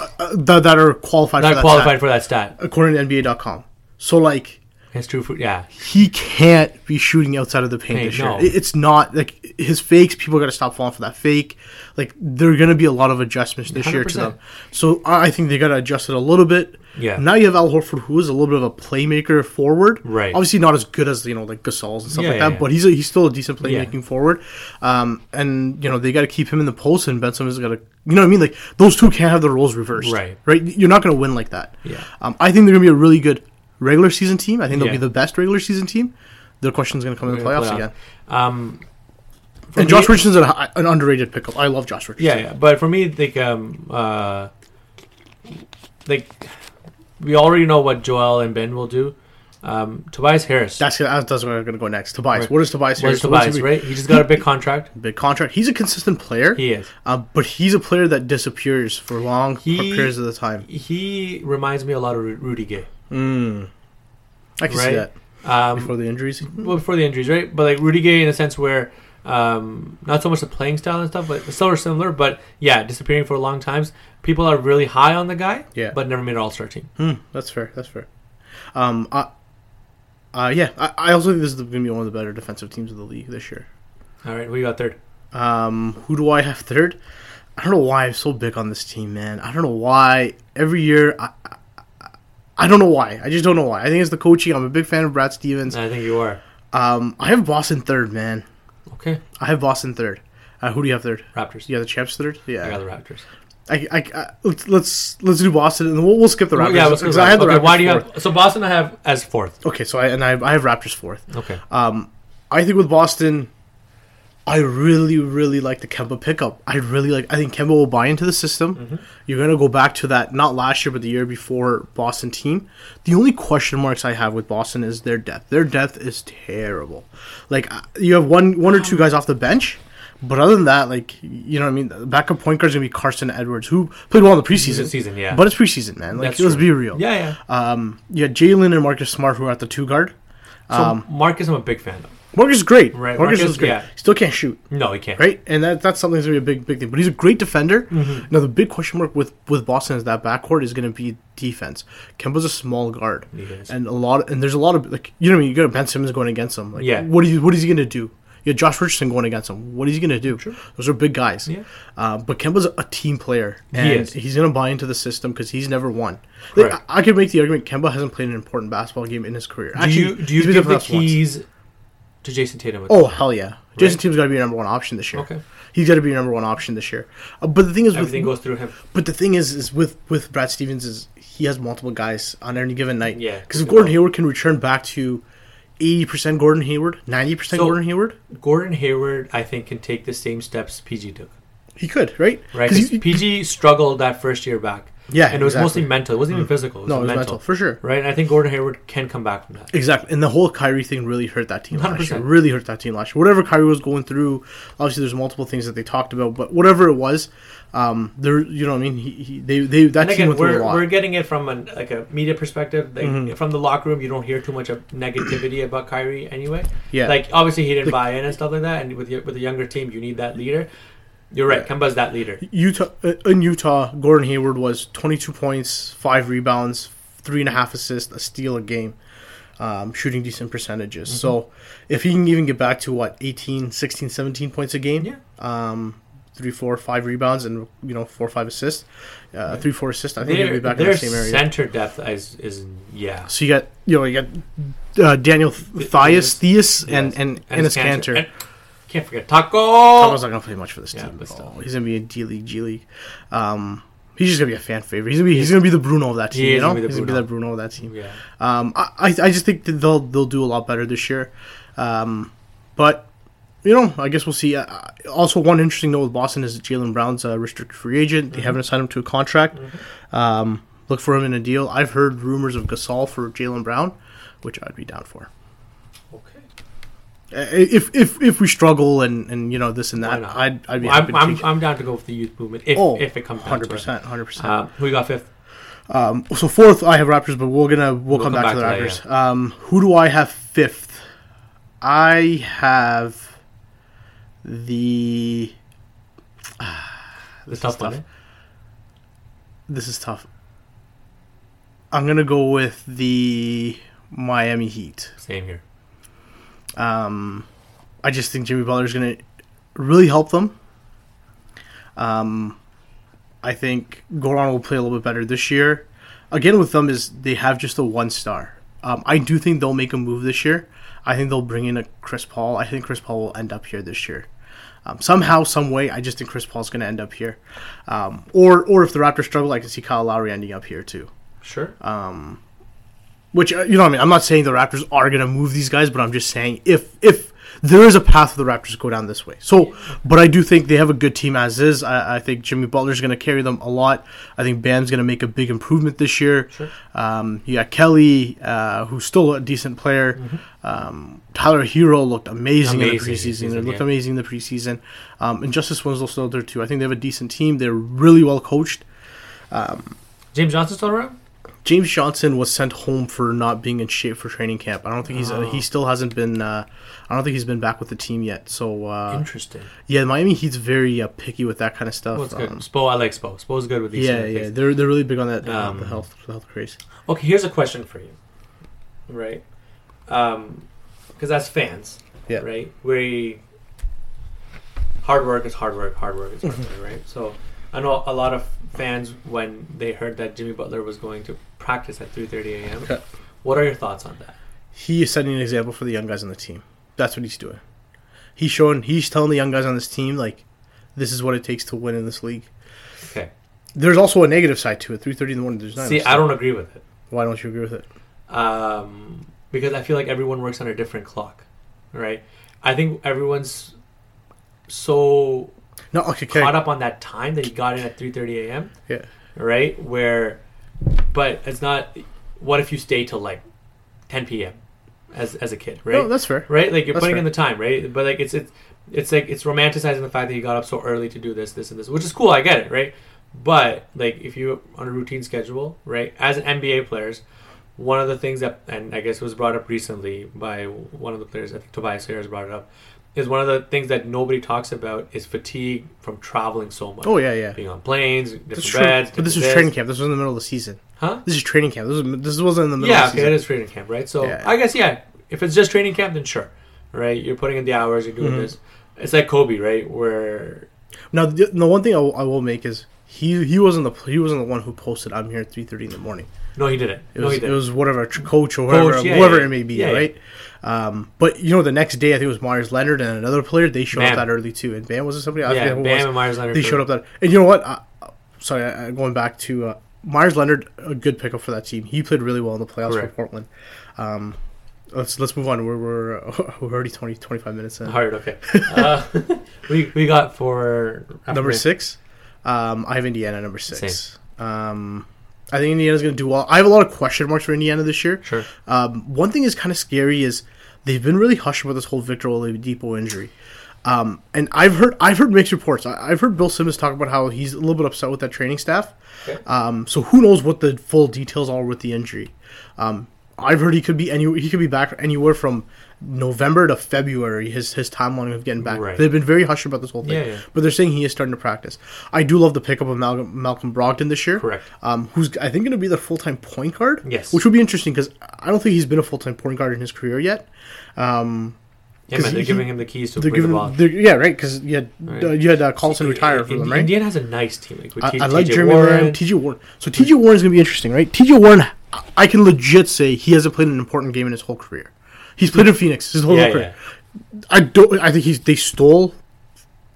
Speaker 2: Uh, uh, that, that are qualified for
Speaker 1: Not
Speaker 2: that
Speaker 1: qualified
Speaker 2: stat,
Speaker 1: for that stat.
Speaker 2: according to NBA.com. So, like,
Speaker 1: It's true for yeah.
Speaker 2: he can't be shooting outside of the paint
Speaker 1: Hey,
Speaker 2: this
Speaker 1: no.
Speaker 2: year. It- It's not like his fakes, people got to stop falling for that fake. Like there are going to be a lot of adjustments this year to
Speaker 1: 100%.
Speaker 2: them. So I I think they got to adjust it a little bit.
Speaker 1: Yeah.
Speaker 2: Now you have Al Horford, who is a little bit of a playmaker forward.
Speaker 1: Right.
Speaker 2: Obviously not as good as you know like Gasol's and stuff
Speaker 1: Yeah,
Speaker 2: like
Speaker 1: yeah,
Speaker 2: that,
Speaker 1: yeah.
Speaker 2: but he's a, he's still a decent
Speaker 1: Yeah.
Speaker 2: playmaking forward. Um, and you know they got to keep him in the post, and Ben Simmons got to you know what I mean. Like those two can't have their roles reversed.
Speaker 1: Right.
Speaker 2: Right. You're not going to win like that.
Speaker 1: Yeah.
Speaker 2: Um, I think they're going to be a really good regular season team. I think they'll
Speaker 1: Yeah.
Speaker 2: be the best regular season team. Their question's going to come in the playoffs
Speaker 1: Playoff.
Speaker 2: again.
Speaker 1: Um, for
Speaker 2: And
Speaker 1: me-
Speaker 2: Josh Richardson's an, an underrated pickup. I love Josh
Speaker 1: Yeah,
Speaker 2: Richardson.
Speaker 1: yeah, but for me, like, um, uh, like we already know what Joel and Ben will do. Um, Tobias Harris,
Speaker 2: That's, that's where I'm going to go next. Tobias.
Speaker 1: Right.
Speaker 2: What is Tobias
Speaker 1: where's
Speaker 2: Harris?
Speaker 1: Tobias?
Speaker 2: What's he-
Speaker 1: Right, he just got a big contract.
Speaker 2: Big contract. He's a consistent player,
Speaker 1: He is.
Speaker 2: uh, but he's a player that disappears for long
Speaker 1: He-
Speaker 2: periods of the time.
Speaker 1: He reminds me a lot of Ru- Rudy Gay.
Speaker 2: Mm. I can
Speaker 1: Right.
Speaker 2: see that
Speaker 1: Um,
Speaker 2: before the injuries.
Speaker 1: well, before the injuries, right? But like Rudy Gay in a sense where um, not so much the playing style and stuff, but still are similar. But yeah, disappearing for long times. People are really high on the guy,
Speaker 2: Yeah.
Speaker 1: but never made an All Star team.
Speaker 2: Hmm, that's fair. That's fair. Um, I, uh, yeah, I, I also think this is going to be one of the better defensive teams of the league this year.
Speaker 1: All right, we got third.
Speaker 2: Um, who do I have third? I don't know why I'm so big on this team, man. I don't know why. Every year, I, I, I don't know why. I just don't know why. I think it's the coaching. I'm a big fan of Brad Stevens.
Speaker 1: I think you are
Speaker 2: Um, I have Boston third, man.
Speaker 1: okay.
Speaker 2: I have Boston third. Uh, who do you have third?
Speaker 1: Raptors.
Speaker 2: You have the Champs third.
Speaker 1: I got
Speaker 2: Yeah.
Speaker 1: the Raptors.
Speaker 2: I, I, I, let's let's let's do Boston, and we'll, we'll skip the
Speaker 1: Well,
Speaker 2: Raptors.
Speaker 1: yeah, let's go
Speaker 2: 'cause
Speaker 1: to
Speaker 2: I had the
Speaker 1: Raptors. okay,
Speaker 2: Raptors
Speaker 1: why do you
Speaker 2: fourth.
Speaker 1: have so Boston? I have as fourth.
Speaker 2: Okay, so I and I, I have Raptors fourth.
Speaker 1: Okay,
Speaker 2: Um, I think with Boston, I really, really like the Kemba pickup. I really like. I think Kemba will buy into the system.
Speaker 1: Mm-hmm.
Speaker 2: You're gonna go back to that not last year, but the year before Boston team. The only question marks I have with Boston is their depth. Their depth is terrible. Like uh, you have one, one or two guys off the bench. But other than that, like you know, what I mean, the backup point guard is gonna be Carson Edwards, who played well in the preseason.
Speaker 1: Preseason, season, yeah.
Speaker 2: But it's preseason, man. Like
Speaker 1: That's
Speaker 2: let's
Speaker 1: true.
Speaker 2: be real.
Speaker 1: yeah, yeah.
Speaker 2: Um. Yeah. Jalen and Marcus Smart, who are at the two guard.
Speaker 1: So
Speaker 2: um,
Speaker 1: Marcus, I'm a big fan of.
Speaker 2: Morgan's great.
Speaker 1: Right,
Speaker 2: Morgan's
Speaker 1: Marcus,
Speaker 2: is great.
Speaker 1: yeah.
Speaker 2: Still can't shoot,
Speaker 1: No, he can't.
Speaker 2: right? And that that's something that's gonna be a big big thing. But he's a great defender.
Speaker 1: Mm-hmm.
Speaker 2: Now the big question mark with with Boston is that backcourt is gonna be defense. Kemba's a small guard,
Speaker 1: He is.
Speaker 2: and a lot and there's a lot of like you know what I mean. You got Ben Simmons going against him. Like,
Speaker 1: Yeah.
Speaker 2: What are you? What is he gonna do? You have Josh Richardson going against him. What is he gonna do? Those are big guys.
Speaker 1: Yeah.
Speaker 2: Uh, but Kemba's a team player, and
Speaker 1: is.
Speaker 2: he's gonna buy into the system because he's never won. Like,
Speaker 1: Right.
Speaker 2: I, I could make the argument Kemba hasn't played an important basketball game in his career.
Speaker 1: Do you do you
Speaker 2: he's been
Speaker 1: give
Speaker 2: there
Speaker 1: the
Speaker 2: for us once.
Speaker 1: keys to Jason Tatum? with-
Speaker 2: Oh hell yeah, Jason Tatum's got to be your number one option this year.
Speaker 1: Okay.
Speaker 2: he's got to be your number one option this year. Uh, but the thing is, with,
Speaker 1: everything goes through him.
Speaker 2: but the thing is, is with with Brad Stevens is he has multiple guys on any given night.
Speaker 1: Yeah,
Speaker 2: because if
Speaker 1: good
Speaker 2: Gordon
Speaker 1: point.
Speaker 2: Hayward can return back to eighty percent Gordon Hayward, ninety percent
Speaker 1: So-
Speaker 2: Gordon Hayward,
Speaker 1: Gordon Hayward, I think, can take the same steps PG took.
Speaker 2: he could right.
Speaker 1: Right?
Speaker 2: 'Cause
Speaker 1: 'Cause
Speaker 2: you-
Speaker 1: PG struggled that first year back.
Speaker 2: Yeah,
Speaker 1: and it was
Speaker 2: exactly. Mm.
Speaker 1: mostly mental. It wasn't even physical. It was
Speaker 2: no, it was
Speaker 1: mental.
Speaker 2: mental for sure.
Speaker 1: Right, and I think Gordon Hayward can come back from that.
Speaker 2: Exactly, and the whole Kyrie thing really hurt that team last year.
Speaker 1: 100%.
Speaker 2: Really hurt that team last year. Whatever Kyrie was going through, obviously there's multiple things that they talked about, but whatever it was, um, there, you know, what I mean, he, he they, they Mm-hmm. that
Speaker 1: And
Speaker 2: team
Speaker 1: again,
Speaker 2: went through
Speaker 1: we're,
Speaker 2: a lot.
Speaker 1: we're getting it from an, like a media perspective. Like, From the locker room, you don't hear too much of negativity about Kyrie anyway.
Speaker 2: Yeah.
Speaker 1: Like obviously he didn't
Speaker 2: Like-
Speaker 1: buy in and stuff like that. And with your, with a younger team, you need that leader. You're right.
Speaker 2: Yeah.
Speaker 1: Kemba's that leader.
Speaker 2: Utah uh, in Utah, Gordon Hayward was 22 points, five rebounds, three and a half assists, a steal a game, um, shooting decent percentages. So if he can even get back to what 18, 16, 17 points a game,
Speaker 1: Yeah.
Speaker 2: um, three, four, five rebounds, and you know four, five assists, uh, three, four assists, I think he'll
Speaker 1: Their,
Speaker 2: be back in
Speaker 1: their
Speaker 2: the same area.
Speaker 1: center depth is is yeah.
Speaker 2: so you got you know you got uh, Daniel Thias, Theus, and
Speaker 1: Yes.
Speaker 2: and Ennis
Speaker 1: his
Speaker 2: Cantor.
Speaker 1: And- can't forget Taco.
Speaker 2: Taco's not gonna play much for this
Speaker 1: Oh. Yeah,
Speaker 2: team.
Speaker 1: but
Speaker 2: at all.
Speaker 1: still.
Speaker 2: He's gonna be in D League, G League. Um, he's just gonna be a fan favorite. He's gonna be he's gonna be the Bruno of that
Speaker 1: He
Speaker 2: team. You
Speaker 1: is
Speaker 2: know,
Speaker 1: gonna be the
Speaker 2: he's gonna be
Speaker 1: Bruno.
Speaker 2: that Bruno of that team.
Speaker 1: Yeah.
Speaker 2: Um, I I I just think that they'll they'll do a lot better this year. Um, but you know, I guess we'll see. Uh, also, one interesting note with Boston is that Jalen Brown's a restricted free agent.
Speaker 1: Mm-hmm.
Speaker 2: They haven't assigned him to a contract. Um, look for him in a deal. I've heard rumors of Gasol for Jalen Brown, which I'd be down for.
Speaker 1: Okay.
Speaker 2: Uh, If if if we struggle and, and you know this and
Speaker 1: Why
Speaker 2: that,
Speaker 1: not?
Speaker 2: I'd I'd be
Speaker 1: Well, I'm,
Speaker 2: happy to
Speaker 1: I'm,
Speaker 2: take it.
Speaker 1: I'm down to go with the youth movement if,
Speaker 2: Oh,
Speaker 1: if it comes down
Speaker 2: Hundred
Speaker 1: to it.
Speaker 2: percent, hundred percent. Um,
Speaker 1: Um, who you got fifth?
Speaker 2: So fourth, I have Raptors, but we're gonna we'll, come, back, to the
Speaker 1: that,
Speaker 2: Raptors. Um, who do I have fifth? I have the.
Speaker 1: The tough one. eh?
Speaker 2: This is tough. I'm gonna go with the Miami Heat.
Speaker 1: Same here.
Speaker 2: Um, I just think Jimmy Butler's gonna really help them. Um, I think Goron will play a little bit better this year. Again, with them is they have just a one star. Um, I do think they'll make a move this year. I think they'll bring in a Chris Paul. I think Chris Paul will end up here this year. Um, somehow, some way, I just think Chris Paul's going to end up here. Um, or, or if the Raptors struggle, I can see Kyle Lowry ending up here too.
Speaker 1: Sure.
Speaker 2: Um, which uh, you know, what I mean, I'm not saying the Raptors are going to move these guys, but I'm just saying if if there is a path for the Raptors to go down this way. So, but I do think they have a good team as is. I, I think Jimmy Butler's going to carry them a lot. I think Bam's going to make a big improvement this year.
Speaker 1: Sure.
Speaker 2: Um, you got Kelly, uh, who's still a decent player. Um, Tyler Hero looked amazing, in the
Speaker 1: Mm-hmm. Amazing
Speaker 2: preseason.
Speaker 1: preseason,
Speaker 2: They looked
Speaker 1: yeah.
Speaker 2: amazing in the preseason. Um, and Justice Winslow's still there too. I think they have a decent team. They're really well coached.
Speaker 1: James Johnson's still around?
Speaker 2: James Johnson was sent home for not being in shape for training camp. I don't think he's
Speaker 1: Oh.
Speaker 2: uh, he still hasn't been. Uh, I don't think he's been back with the team yet. So uh,
Speaker 1: Interesting.
Speaker 2: yeah, Miami Heat's very uh, picky with that kind of stuff.
Speaker 1: Well, it's good.
Speaker 2: Um,
Speaker 1: Spo, I like Spo. Spo's good with these
Speaker 2: yeah,
Speaker 1: sort of
Speaker 2: yeah,
Speaker 1: things.
Speaker 2: they're they're really big on that uh,
Speaker 1: Um,
Speaker 2: the health the health craze.
Speaker 1: Okay, here's a question for you. Right? Um, because as fans,
Speaker 2: Yeah.
Speaker 1: right, we hard work is hard work, hard work is hard work, right? So I know a lot of fans when they heard that Jimmy Butler was going to practice at 3:30 a.m.
Speaker 2: Okay.
Speaker 1: What are your thoughts on that?
Speaker 2: He is setting an example for the young guys on the team. That's what he's doing. He's showing. He's telling the young guys on this team like, this is what it takes to win in this league.
Speaker 1: Okay.
Speaker 2: There's also a negative side to it. Three thirty in the morning. There's not.
Speaker 1: See, I don't agree with it.
Speaker 2: Why don't you agree with it?
Speaker 1: um, because I feel like everyone works on a different clock, right? I think everyone's so
Speaker 2: No. Okay. okay.
Speaker 1: caught up on that time that he got in at 3:30 a.m.
Speaker 2: Yeah.
Speaker 1: Right? Where, but it's not. What if you stay till like 10 p.m. as as a kid, right?
Speaker 2: No, that's fair.
Speaker 1: right? Like you're
Speaker 2: That's
Speaker 1: putting
Speaker 2: fair.
Speaker 1: in the time, right? But like it's it's it's like it's romanticizing the fact that you got up so early to do this, this, and this, which is cool. I get it, right? But like if you're on a routine schedule, right? As NBA players, one of the things that and I guess was brought up recently by one of the players, I think Tobias Harris brought it up, is one of the things that nobody talks about is fatigue from traveling so much.
Speaker 2: Oh yeah, yeah.
Speaker 1: Being on planes, different
Speaker 2: That's true.
Speaker 1: beds,
Speaker 2: but
Speaker 1: different
Speaker 2: this was training camp. This was in the middle of the season.
Speaker 1: huh?
Speaker 2: This is training camp. This, was, this wasn't in the middle
Speaker 1: Yeah,
Speaker 2: of the
Speaker 1: okay, it
Speaker 2: season.
Speaker 1: is training camp, right? So
Speaker 2: Yeah.
Speaker 1: I guess yeah, if it's just training camp, then sure, right? You're putting in the hours, you're
Speaker 2: Mm-hmm.
Speaker 1: doing this. It's like Kobe, right? Where
Speaker 2: Now, the, the one thing I will, I will make is he he wasn't the he wasn't the one who posted "I'm here at 3:30 in the morning."
Speaker 1: no, he didn't.
Speaker 2: It
Speaker 1: no,
Speaker 2: was
Speaker 1: he
Speaker 2: it
Speaker 1: didn't.
Speaker 2: was whatever tr- coach or whatever
Speaker 1: Coach, yeah,
Speaker 2: whoever
Speaker 1: yeah,
Speaker 2: it may be,
Speaker 1: yeah, yeah.
Speaker 2: right? Um, but you know, the next day I think it was Myers Leonard and another player. They showed
Speaker 1: Bam.
Speaker 2: up that early too, and Bam was it somebody? I
Speaker 1: yeah,
Speaker 2: forget who it was.
Speaker 1: Bam and Myers Leonard.
Speaker 2: They showed up that, and you know what? I, I- sorry, I, I- going back to uh, Myers Leonard, a good pickup for that team. He played really well in the playoffs
Speaker 1: Correct.
Speaker 2: for Portland. Um, let's let's move on. We're we're, uh, we're already 20, 25 minutes in.
Speaker 1: hard. Okay, uh, we we got for
Speaker 2: Number
Speaker 1: after-
Speaker 2: six, um, I have Indiana number six. Um, I think Indiana's going to do well. I have a lot of question marks for Indiana this year.
Speaker 1: Sure.
Speaker 2: Um, one thing is kind of scary is they've been really hushed about this whole Victor Oladipo injury. Um, and I've heard I've heard mixed reports. I, I've heard Bill Simmons talk about how he's a little bit upset with that training staff.
Speaker 1: Okay.
Speaker 2: Um, so who knows what the full details are with the injury? Um, I've heard he could be any he could be back anywhere from November to February. His his timeline of getting back.
Speaker 1: Right.
Speaker 2: They've been very hushed about this whole thing.
Speaker 1: Yeah, yeah.
Speaker 2: But they're saying he is starting to practice. I do love the pickup of Malcolm, Malcolm Brogdon this year.
Speaker 1: Correct.
Speaker 2: Um, who's I think going to be the full time point guard.
Speaker 1: Yes.
Speaker 2: Which would be interesting because I don't think he's been a full time point guard in his career yet.
Speaker 1: Yeah, man, they're
Speaker 2: he-
Speaker 1: giving him the keys to
Speaker 2: They're
Speaker 1: play
Speaker 2: giving,
Speaker 1: the ball.
Speaker 2: they're- yeah, right. Because you had
Speaker 1: Right.
Speaker 2: uh, you had uh, Carlson retire from
Speaker 1: In-
Speaker 2: them, right?
Speaker 1: Indiana has a nice team. Like with
Speaker 2: I,
Speaker 1: T-
Speaker 2: I like
Speaker 1: TJ
Speaker 2: Jeremy
Speaker 1: Warren.
Speaker 2: Lamb, TJ Warren. So TJ Warren's going to be interesting, right? TJ Warren, I- I can legit say he hasn't played an important game in his whole career. He's played in Phoenix his whole
Speaker 1: Yeah,
Speaker 2: career. I don't. I think he's they stole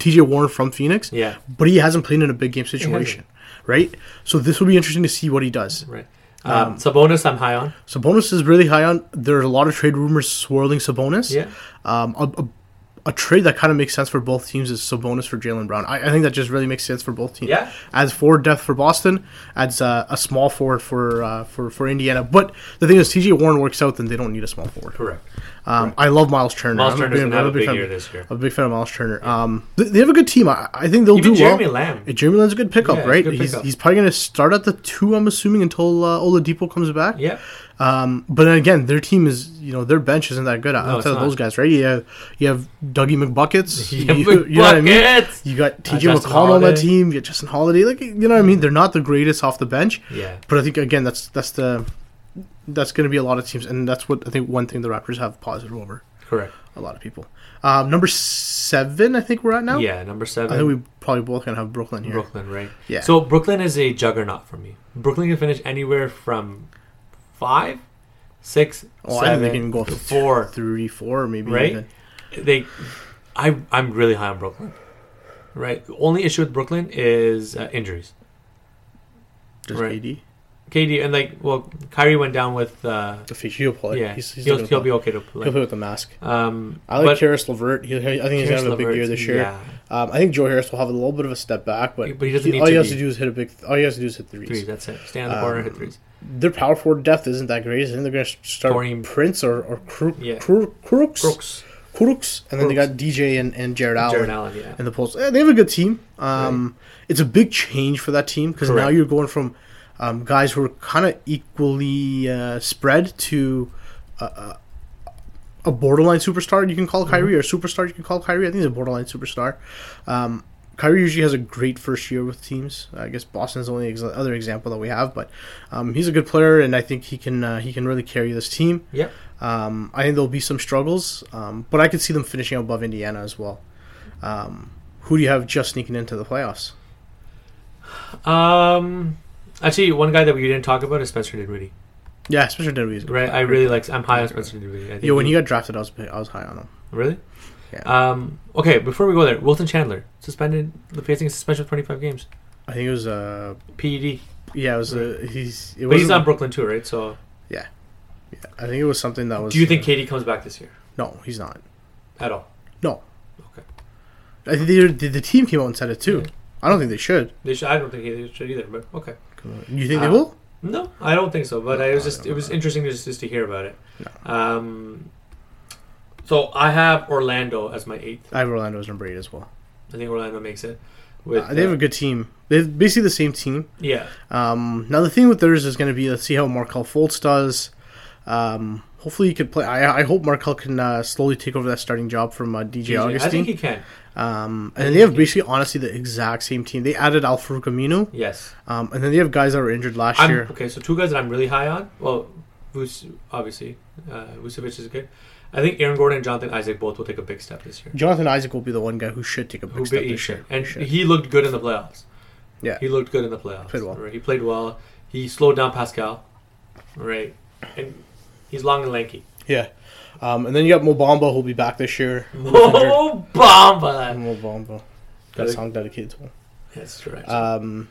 Speaker 2: TJ Warren from Phoenix.
Speaker 1: Yeah.
Speaker 2: but he hasn't played in a big game situation, right? So this will be interesting to see what he does.
Speaker 1: right. Um, Sabonis, I'm high on.
Speaker 2: Sabonis is really high on. There's a lot of trade rumors swirling Sabonis.
Speaker 1: Yeah.
Speaker 2: Um, a, a, a trade that kind of makes sense for both teams is Sabonis for Jalen Brown. I, I think that just really makes sense for both teams.
Speaker 1: Yeah.
Speaker 2: Adds forward depth for Boston. Adds uh, a small forward for uh, for for Indiana. But the thing is, TJ Warren works out, then they don't need a small forward.
Speaker 1: Correct.
Speaker 2: Um, I love Miles Turner.
Speaker 1: Miles
Speaker 2: I'm a
Speaker 1: Turner's
Speaker 2: big-
Speaker 1: gonna
Speaker 2: I'm
Speaker 1: have a big
Speaker 2: fan-
Speaker 1: year this year.
Speaker 2: I'm a big fan of Miles Turner. Um, they, they have a good team. I, I think they'll
Speaker 1: Even
Speaker 2: Oh, do
Speaker 1: Jeremy
Speaker 2: well.
Speaker 1: Lamb.
Speaker 2: Uh, Jeremy Lin's a good pickup,
Speaker 1: Yeah, it's a
Speaker 2: right?
Speaker 1: good
Speaker 2: he's,
Speaker 1: pickup.
Speaker 2: he's probably going to start at the two, I'm assuming, until uh, Oladipo comes back.
Speaker 1: Yeah.
Speaker 2: Um, but then again, their team is you know their bench isn't that good
Speaker 1: No, it's
Speaker 2: outside of those
Speaker 1: not.
Speaker 2: guys, right? You have you have Dougie McBuckets,
Speaker 1: Yeah,
Speaker 2: you, you know what I mean.
Speaker 1: buckets!
Speaker 2: You got
Speaker 1: Uh,
Speaker 2: TJ
Speaker 1: Justin
Speaker 2: McConnell on that
Speaker 1: Holiday.
Speaker 2: team. You got Justin Holiday. Like you know what I mean. They're not the greatest off the bench,
Speaker 1: Yeah.
Speaker 2: but I think again that's that's the that's going to be a lot of teams, and that's what I think one thing the Raptors have positive over.
Speaker 1: Correct.
Speaker 2: a lot of people. Um, number seven, I think we're at now.
Speaker 1: Yeah, number seven.
Speaker 2: I think Oh. we probably both gonna have Brooklyn here.
Speaker 1: Brooklyn, right?
Speaker 2: Yeah.
Speaker 1: So Brooklyn is a juggernaut for me. Brooklyn can finish anywhere from five, six,
Speaker 2: Oh, I
Speaker 1: seven,
Speaker 2: think they can go
Speaker 1: to
Speaker 2: th-
Speaker 1: four.
Speaker 2: three, four, maybe.
Speaker 1: Right?
Speaker 2: even.
Speaker 1: They, I, I'm really high on Brooklyn. Right. The Only issue with Brooklyn is uh, injuries.
Speaker 2: Just
Speaker 1: Right.
Speaker 2: KD.
Speaker 1: KD and like, well, Kyrie went down with. Uh,
Speaker 2: If he- he'll play.
Speaker 1: yeah,
Speaker 2: he's, he's
Speaker 1: he'll,
Speaker 2: not gonna
Speaker 1: he'll
Speaker 2: play.
Speaker 1: be okay to
Speaker 2: He'll
Speaker 1: play.
Speaker 2: play with the mask.
Speaker 1: Um,
Speaker 2: I like
Speaker 1: but
Speaker 2: Karis Levert. He, I think he's gonna
Speaker 1: Karis
Speaker 2: have a big year
Speaker 1: Levert's-
Speaker 2: this year.
Speaker 1: Yeah,
Speaker 2: Um, I think Joe Harris will have a little bit of a step back, but,
Speaker 1: But he doesn't need
Speaker 2: all
Speaker 1: to
Speaker 2: he has
Speaker 1: be.
Speaker 2: to do is hit a big. all he has to do is hit threes.
Speaker 1: threes. That's it. Stand in the
Speaker 2: Um,
Speaker 1: corner, hit threes.
Speaker 2: Their power forward depth isn't that great. I think they're going to start
Speaker 1: Kareem.
Speaker 2: Prince or or Kru-
Speaker 1: Yeah.
Speaker 2: Kru- Crooks,
Speaker 1: Brooks,
Speaker 2: Crooks, and then they
Speaker 1: Crooks.
Speaker 2: got DJ and, and Jared Allen.
Speaker 1: Jared Allen. Yeah.
Speaker 2: and the Bulls. eh, They have a good team. Um, It's a big change for that team because now
Speaker 1: Correct.
Speaker 2: you're going from um, guys who are kind of equally uh, spread to uh, a borderline superstar. You can call Kyrie or a superstar. You can call Kyrie. I think he's a borderline superstar. Um, Kyrie usually has a great first year with teams. I guess Boston's the only ex- other example that we have, but um, he's a good player, and I think he can uh, he can really carry this team.
Speaker 1: Yep.
Speaker 2: Um, I think there'll be some struggles, um, but I could see them finishing above Indiana as well. Um, who do you have just sneaking into the playoffs?
Speaker 1: Um, actually, one guy that we didn't talk about is Spencer Dinwiddie.
Speaker 2: Yeah, Spencer Dinwiddie.
Speaker 1: Right, I really like. I'm high on Spencer Dinwiddie. I think
Speaker 2: Yo, when he got drafted, I was I was high on him.
Speaker 1: really.
Speaker 2: Yeah.
Speaker 1: Um. Okay. Before we go there, Wilton Chandler suspended, facing a suspension of 25 games,
Speaker 2: I think it was uh
Speaker 1: PED.
Speaker 2: yeah, it was uh, he's it
Speaker 1: But he's
Speaker 2: was
Speaker 1: on Brooklyn too, right? So,
Speaker 2: I think it was something that was.
Speaker 1: do you think
Speaker 2: uh,
Speaker 1: KD comes back this year
Speaker 2: no, he's not.
Speaker 1: at all?
Speaker 2: I think they, the, the team came out and said it too.
Speaker 1: Yeah.
Speaker 2: I don't think they should.
Speaker 1: They should, I don't think he should either. But okay.
Speaker 2: You think they
Speaker 1: Uh,
Speaker 2: will?
Speaker 1: No, I don't think so. But
Speaker 2: No,
Speaker 1: I was
Speaker 2: I
Speaker 1: just
Speaker 2: don't
Speaker 1: it was
Speaker 2: know.
Speaker 1: interesting just, just to hear about it. Um. So I have Orlando as my eighth.
Speaker 2: I have Orlando as number eight as well.
Speaker 1: I think Orlando makes it. With
Speaker 2: Uh, they have
Speaker 1: uh,
Speaker 2: a good team. They're basically the same team.
Speaker 1: yeah,
Speaker 2: Um, now the thing with theirs is going to be let's see how Markel Fultz does. Um, hopefully he could play. I, I hope Markel can uh, slowly take over that starting job from uh, DJ,
Speaker 1: I
Speaker 2: Augustine.
Speaker 1: think he can.
Speaker 2: um, and then they have basically honestly the exact same team. They added Al Farouk Aminu,
Speaker 1: Yes.
Speaker 2: um, and then they have guys that were injured last
Speaker 1: I'm,
Speaker 2: year.
Speaker 1: Okay, so two guys that I'm really high on. Well, Vuce, obviously, uh, Vucevic is good. I think Aaron Gordon and Jonathan Isaac both will take a big step this year.
Speaker 2: Jonathan Isaac will be the one guy who should take a big
Speaker 1: Who
Speaker 2: step
Speaker 1: big-
Speaker 2: this year.
Speaker 1: And
Speaker 2: Should.
Speaker 1: he looked good in the playoffs.
Speaker 2: Yeah.
Speaker 1: he looked good in the playoffs.
Speaker 2: Played well.
Speaker 1: Right, He played well. He slowed down Pascal. Right, and he's long and lanky.
Speaker 2: yeah, um, and then you got Mobamba who'll be back this year.
Speaker 1: Oh, Bamba!
Speaker 2: Mobamba, got a
Speaker 1: Gotta-
Speaker 2: song dedicated to him.
Speaker 1: That's right.
Speaker 2: Um,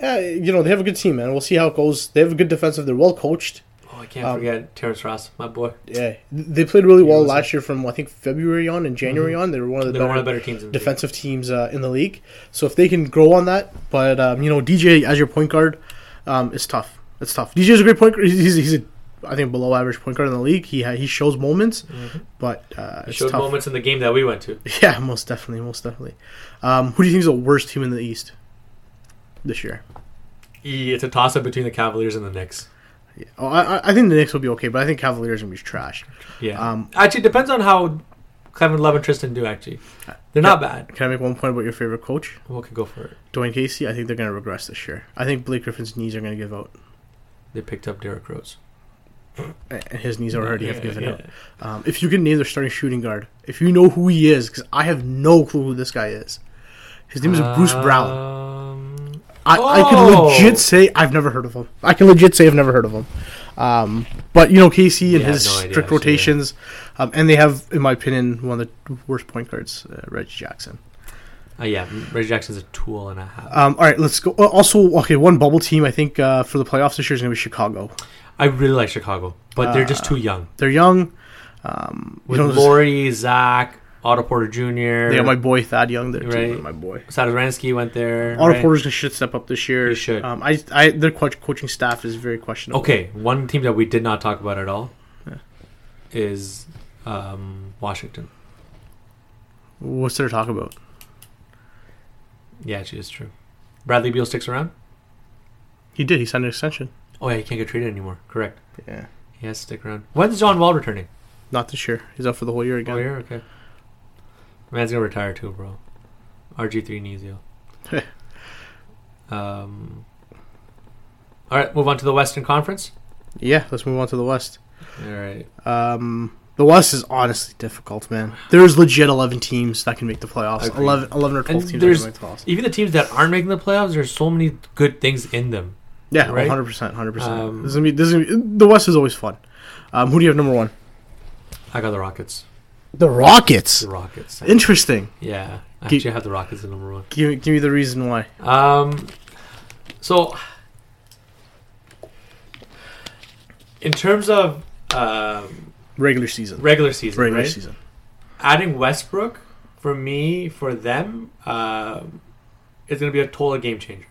Speaker 2: yeah, you know they have a good team, man. We'll see how it goes. They have a good defensive. They're well coached.
Speaker 1: oh, I can't
Speaker 2: um,
Speaker 1: forget Terrence Ross, my boy.
Speaker 2: Yeah, they played really well
Speaker 1: Yeah, that's
Speaker 2: last year. From I think February on and January on, they were one of the
Speaker 1: They're Mm-hmm. one
Speaker 2: better
Speaker 1: of the better teams in the league.
Speaker 2: defensive teams uh, in the league. So if they can grow on that, but um, you know DJ as your point guard, um, it's tough. It's tough. DJ is a great point guard. He's, he's a, I think below average point guard in the league. He ha- he shows moments,
Speaker 1: Mhm.
Speaker 2: but uh,
Speaker 1: He
Speaker 2: it's
Speaker 1: showed
Speaker 2: tough.
Speaker 1: moments in the game that we went to.
Speaker 2: Yeah, most definitely, most definitely. Um, who do you think is the worst team in the East this year?
Speaker 1: E- It's a toss up between the Cavaliers and the Knicks.
Speaker 2: Yeah. Oh, I, I- I think the Knicks will be okay, but I think Cavaliers are gonna be trash.
Speaker 1: Yeah.
Speaker 2: Um,
Speaker 1: Actually, it depends on how Kevin Love and Tristan do. Actually, they're not bad.
Speaker 2: Can I make one point about your favorite coach?
Speaker 1: What can go for it?
Speaker 2: Dwayne Casey, I think they're going to regress this year. I think Blake Griffin's knees are going to give out,
Speaker 1: They picked up Derrick Rose.
Speaker 2: and his knees already have
Speaker 1: Yeah,
Speaker 2: given
Speaker 1: yeah.
Speaker 2: out. Um, if you can name their starting shooting guard, if you know who he is, because I have no clue who this guy is. His name is Bruce
Speaker 1: Uh,
Speaker 2: Brown.
Speaker 1: Um,
Speaker 2: I, I can
Speaker 1: oh.
Speaker 2: legit say I've never heard of him. I can legit say I've never heard of him. Um, but you know Casey and
Speaker 1: Yeah, I
Speaker 2: his
Speaker 1: have no idea,
Speaker 2: strict
Speaker 1: actually, yeah.
Speaker 2: rotations, um, and they have, in my opinion, one of the worst point guards, uh, Reggie Jackson.
Speaker 1: uh, yeah, Reggie Jackson's a tool and a half.
Speaker 2: Um, all right, let's go. uh, Also, okay, one bubble team I think uh, for the playoffs this year is going to be Chicago.
Speaker 1: I really like Chicago, but they're just too young.
Speaker 2: They're young. Um, uh, you
Speaker 1: With
Speaker 2: know,
Speaker 1: Laurie, Zach, Otto Porter Jr.
Speaker 2: they got my boy Thad Young there too.
Speaker 1: Right.
Speaker 2: My boy.
Speaker 1: Satoransky went there.
Speaker 2: Otto
Speaker 1: right?
Speaker 2: Porter's gonna should step up this year.
Speaker 1: He should.
Speaker 2: Um, I, I, their coach, coaching staff is very questionable.
Speaker 1: Okay, one team that we did not talk about at all is um, Washington.
Speaker 2: What's there to talk about?
Speaker 1: Yeah, actually, it's true. Bradley Beal sticks around.
Speaker 2: He did. He signed an extension.
Speaker 1: Oh yeah, he can't get traded anymore. Correct.
Speaker 2: Yeah.
Speaker 1: He has to stick around. When's John Wall returning?
Speaker 2: Not this year. He's out for the whole year
Speaker 1: Oh
Speaker 2: again.
Speaker 1: yeah, okay. Man's gonna retire too, bro. RG three knees yo. um. All right, move on to the Western Conference.
Speaker 2: Yeah. Let's move on to the West.
Speaker 1: All right,
Speaker 2: Um, The West is honestly difficult, man. There's legit 11 teams that can make the playoffs.
Speaker 1: Agreed.
Speaker 2: 11, 11 or
Speaker 1: And
Speaker 2: 12 teams that
Speaker 1: there's-
Speaker 2: can make the playoffs.
Speaker 1: Even the teams that aren't making the playoffs, there's so many good things in them.
Speaker 2: Yeah,
Speaker 1: right?
Speaker 2: 100%. 100%.
Speaker 1: Um,
Speaker 2: this is gonna be, this is gonna be, the West is always fun. Um, who do you have number one?
Speaker 1: I got the Rockets.
Speaker 2: The Rockets.
Speaker 1: The Rockets.
Speaker 2: Interesting.
Speaker 1: Yeah, I
Speaker 2: Keep-
Speaker 1: actually have the Rockets at number one.
Speaker 2: Give, me- give me the reason why.
Speaker 1: Um, so in terms of um
Speaker 2: Regular season.
Speaker 1: regular season,
Speaker 2: Regular
Speaker 1: right?
Speaker 2: season.
Speaker 1: Adding Westbrook for me, for them, um is going to be a total game changer.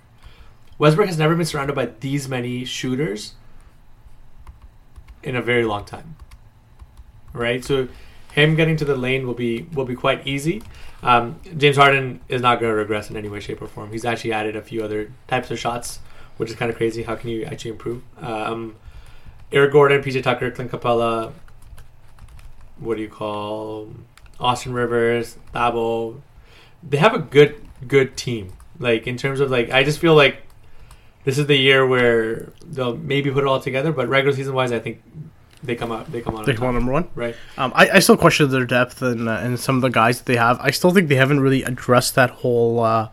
Speaker 1: Westbrook has never been surrounded by these many shooters in a very long time, right? So him getting to the lane will be will be quite easy. Um, James Harden is not going to regress in any way, shape, or form. He's actually added a few other types of shots, which is kind of crazy. How can you actually improve? Um, Eric Gordon, PJ Tucker, Clint Capella, what do you call Austin Rivers, Thabo? They have a good good team. Like in terms of like, I just feel like this is the year where they'll maybe put it all together. But regular season wise, I think they come out. They come out. on
Speaker 2: They come
Speaker 1: top,
Speaker 2: on number one.
Speaker 1: right.
Speaker 2: Um, I, I still question their depth and uh, and some of the guys that they have. I still think they haven't really addressed that whole uh,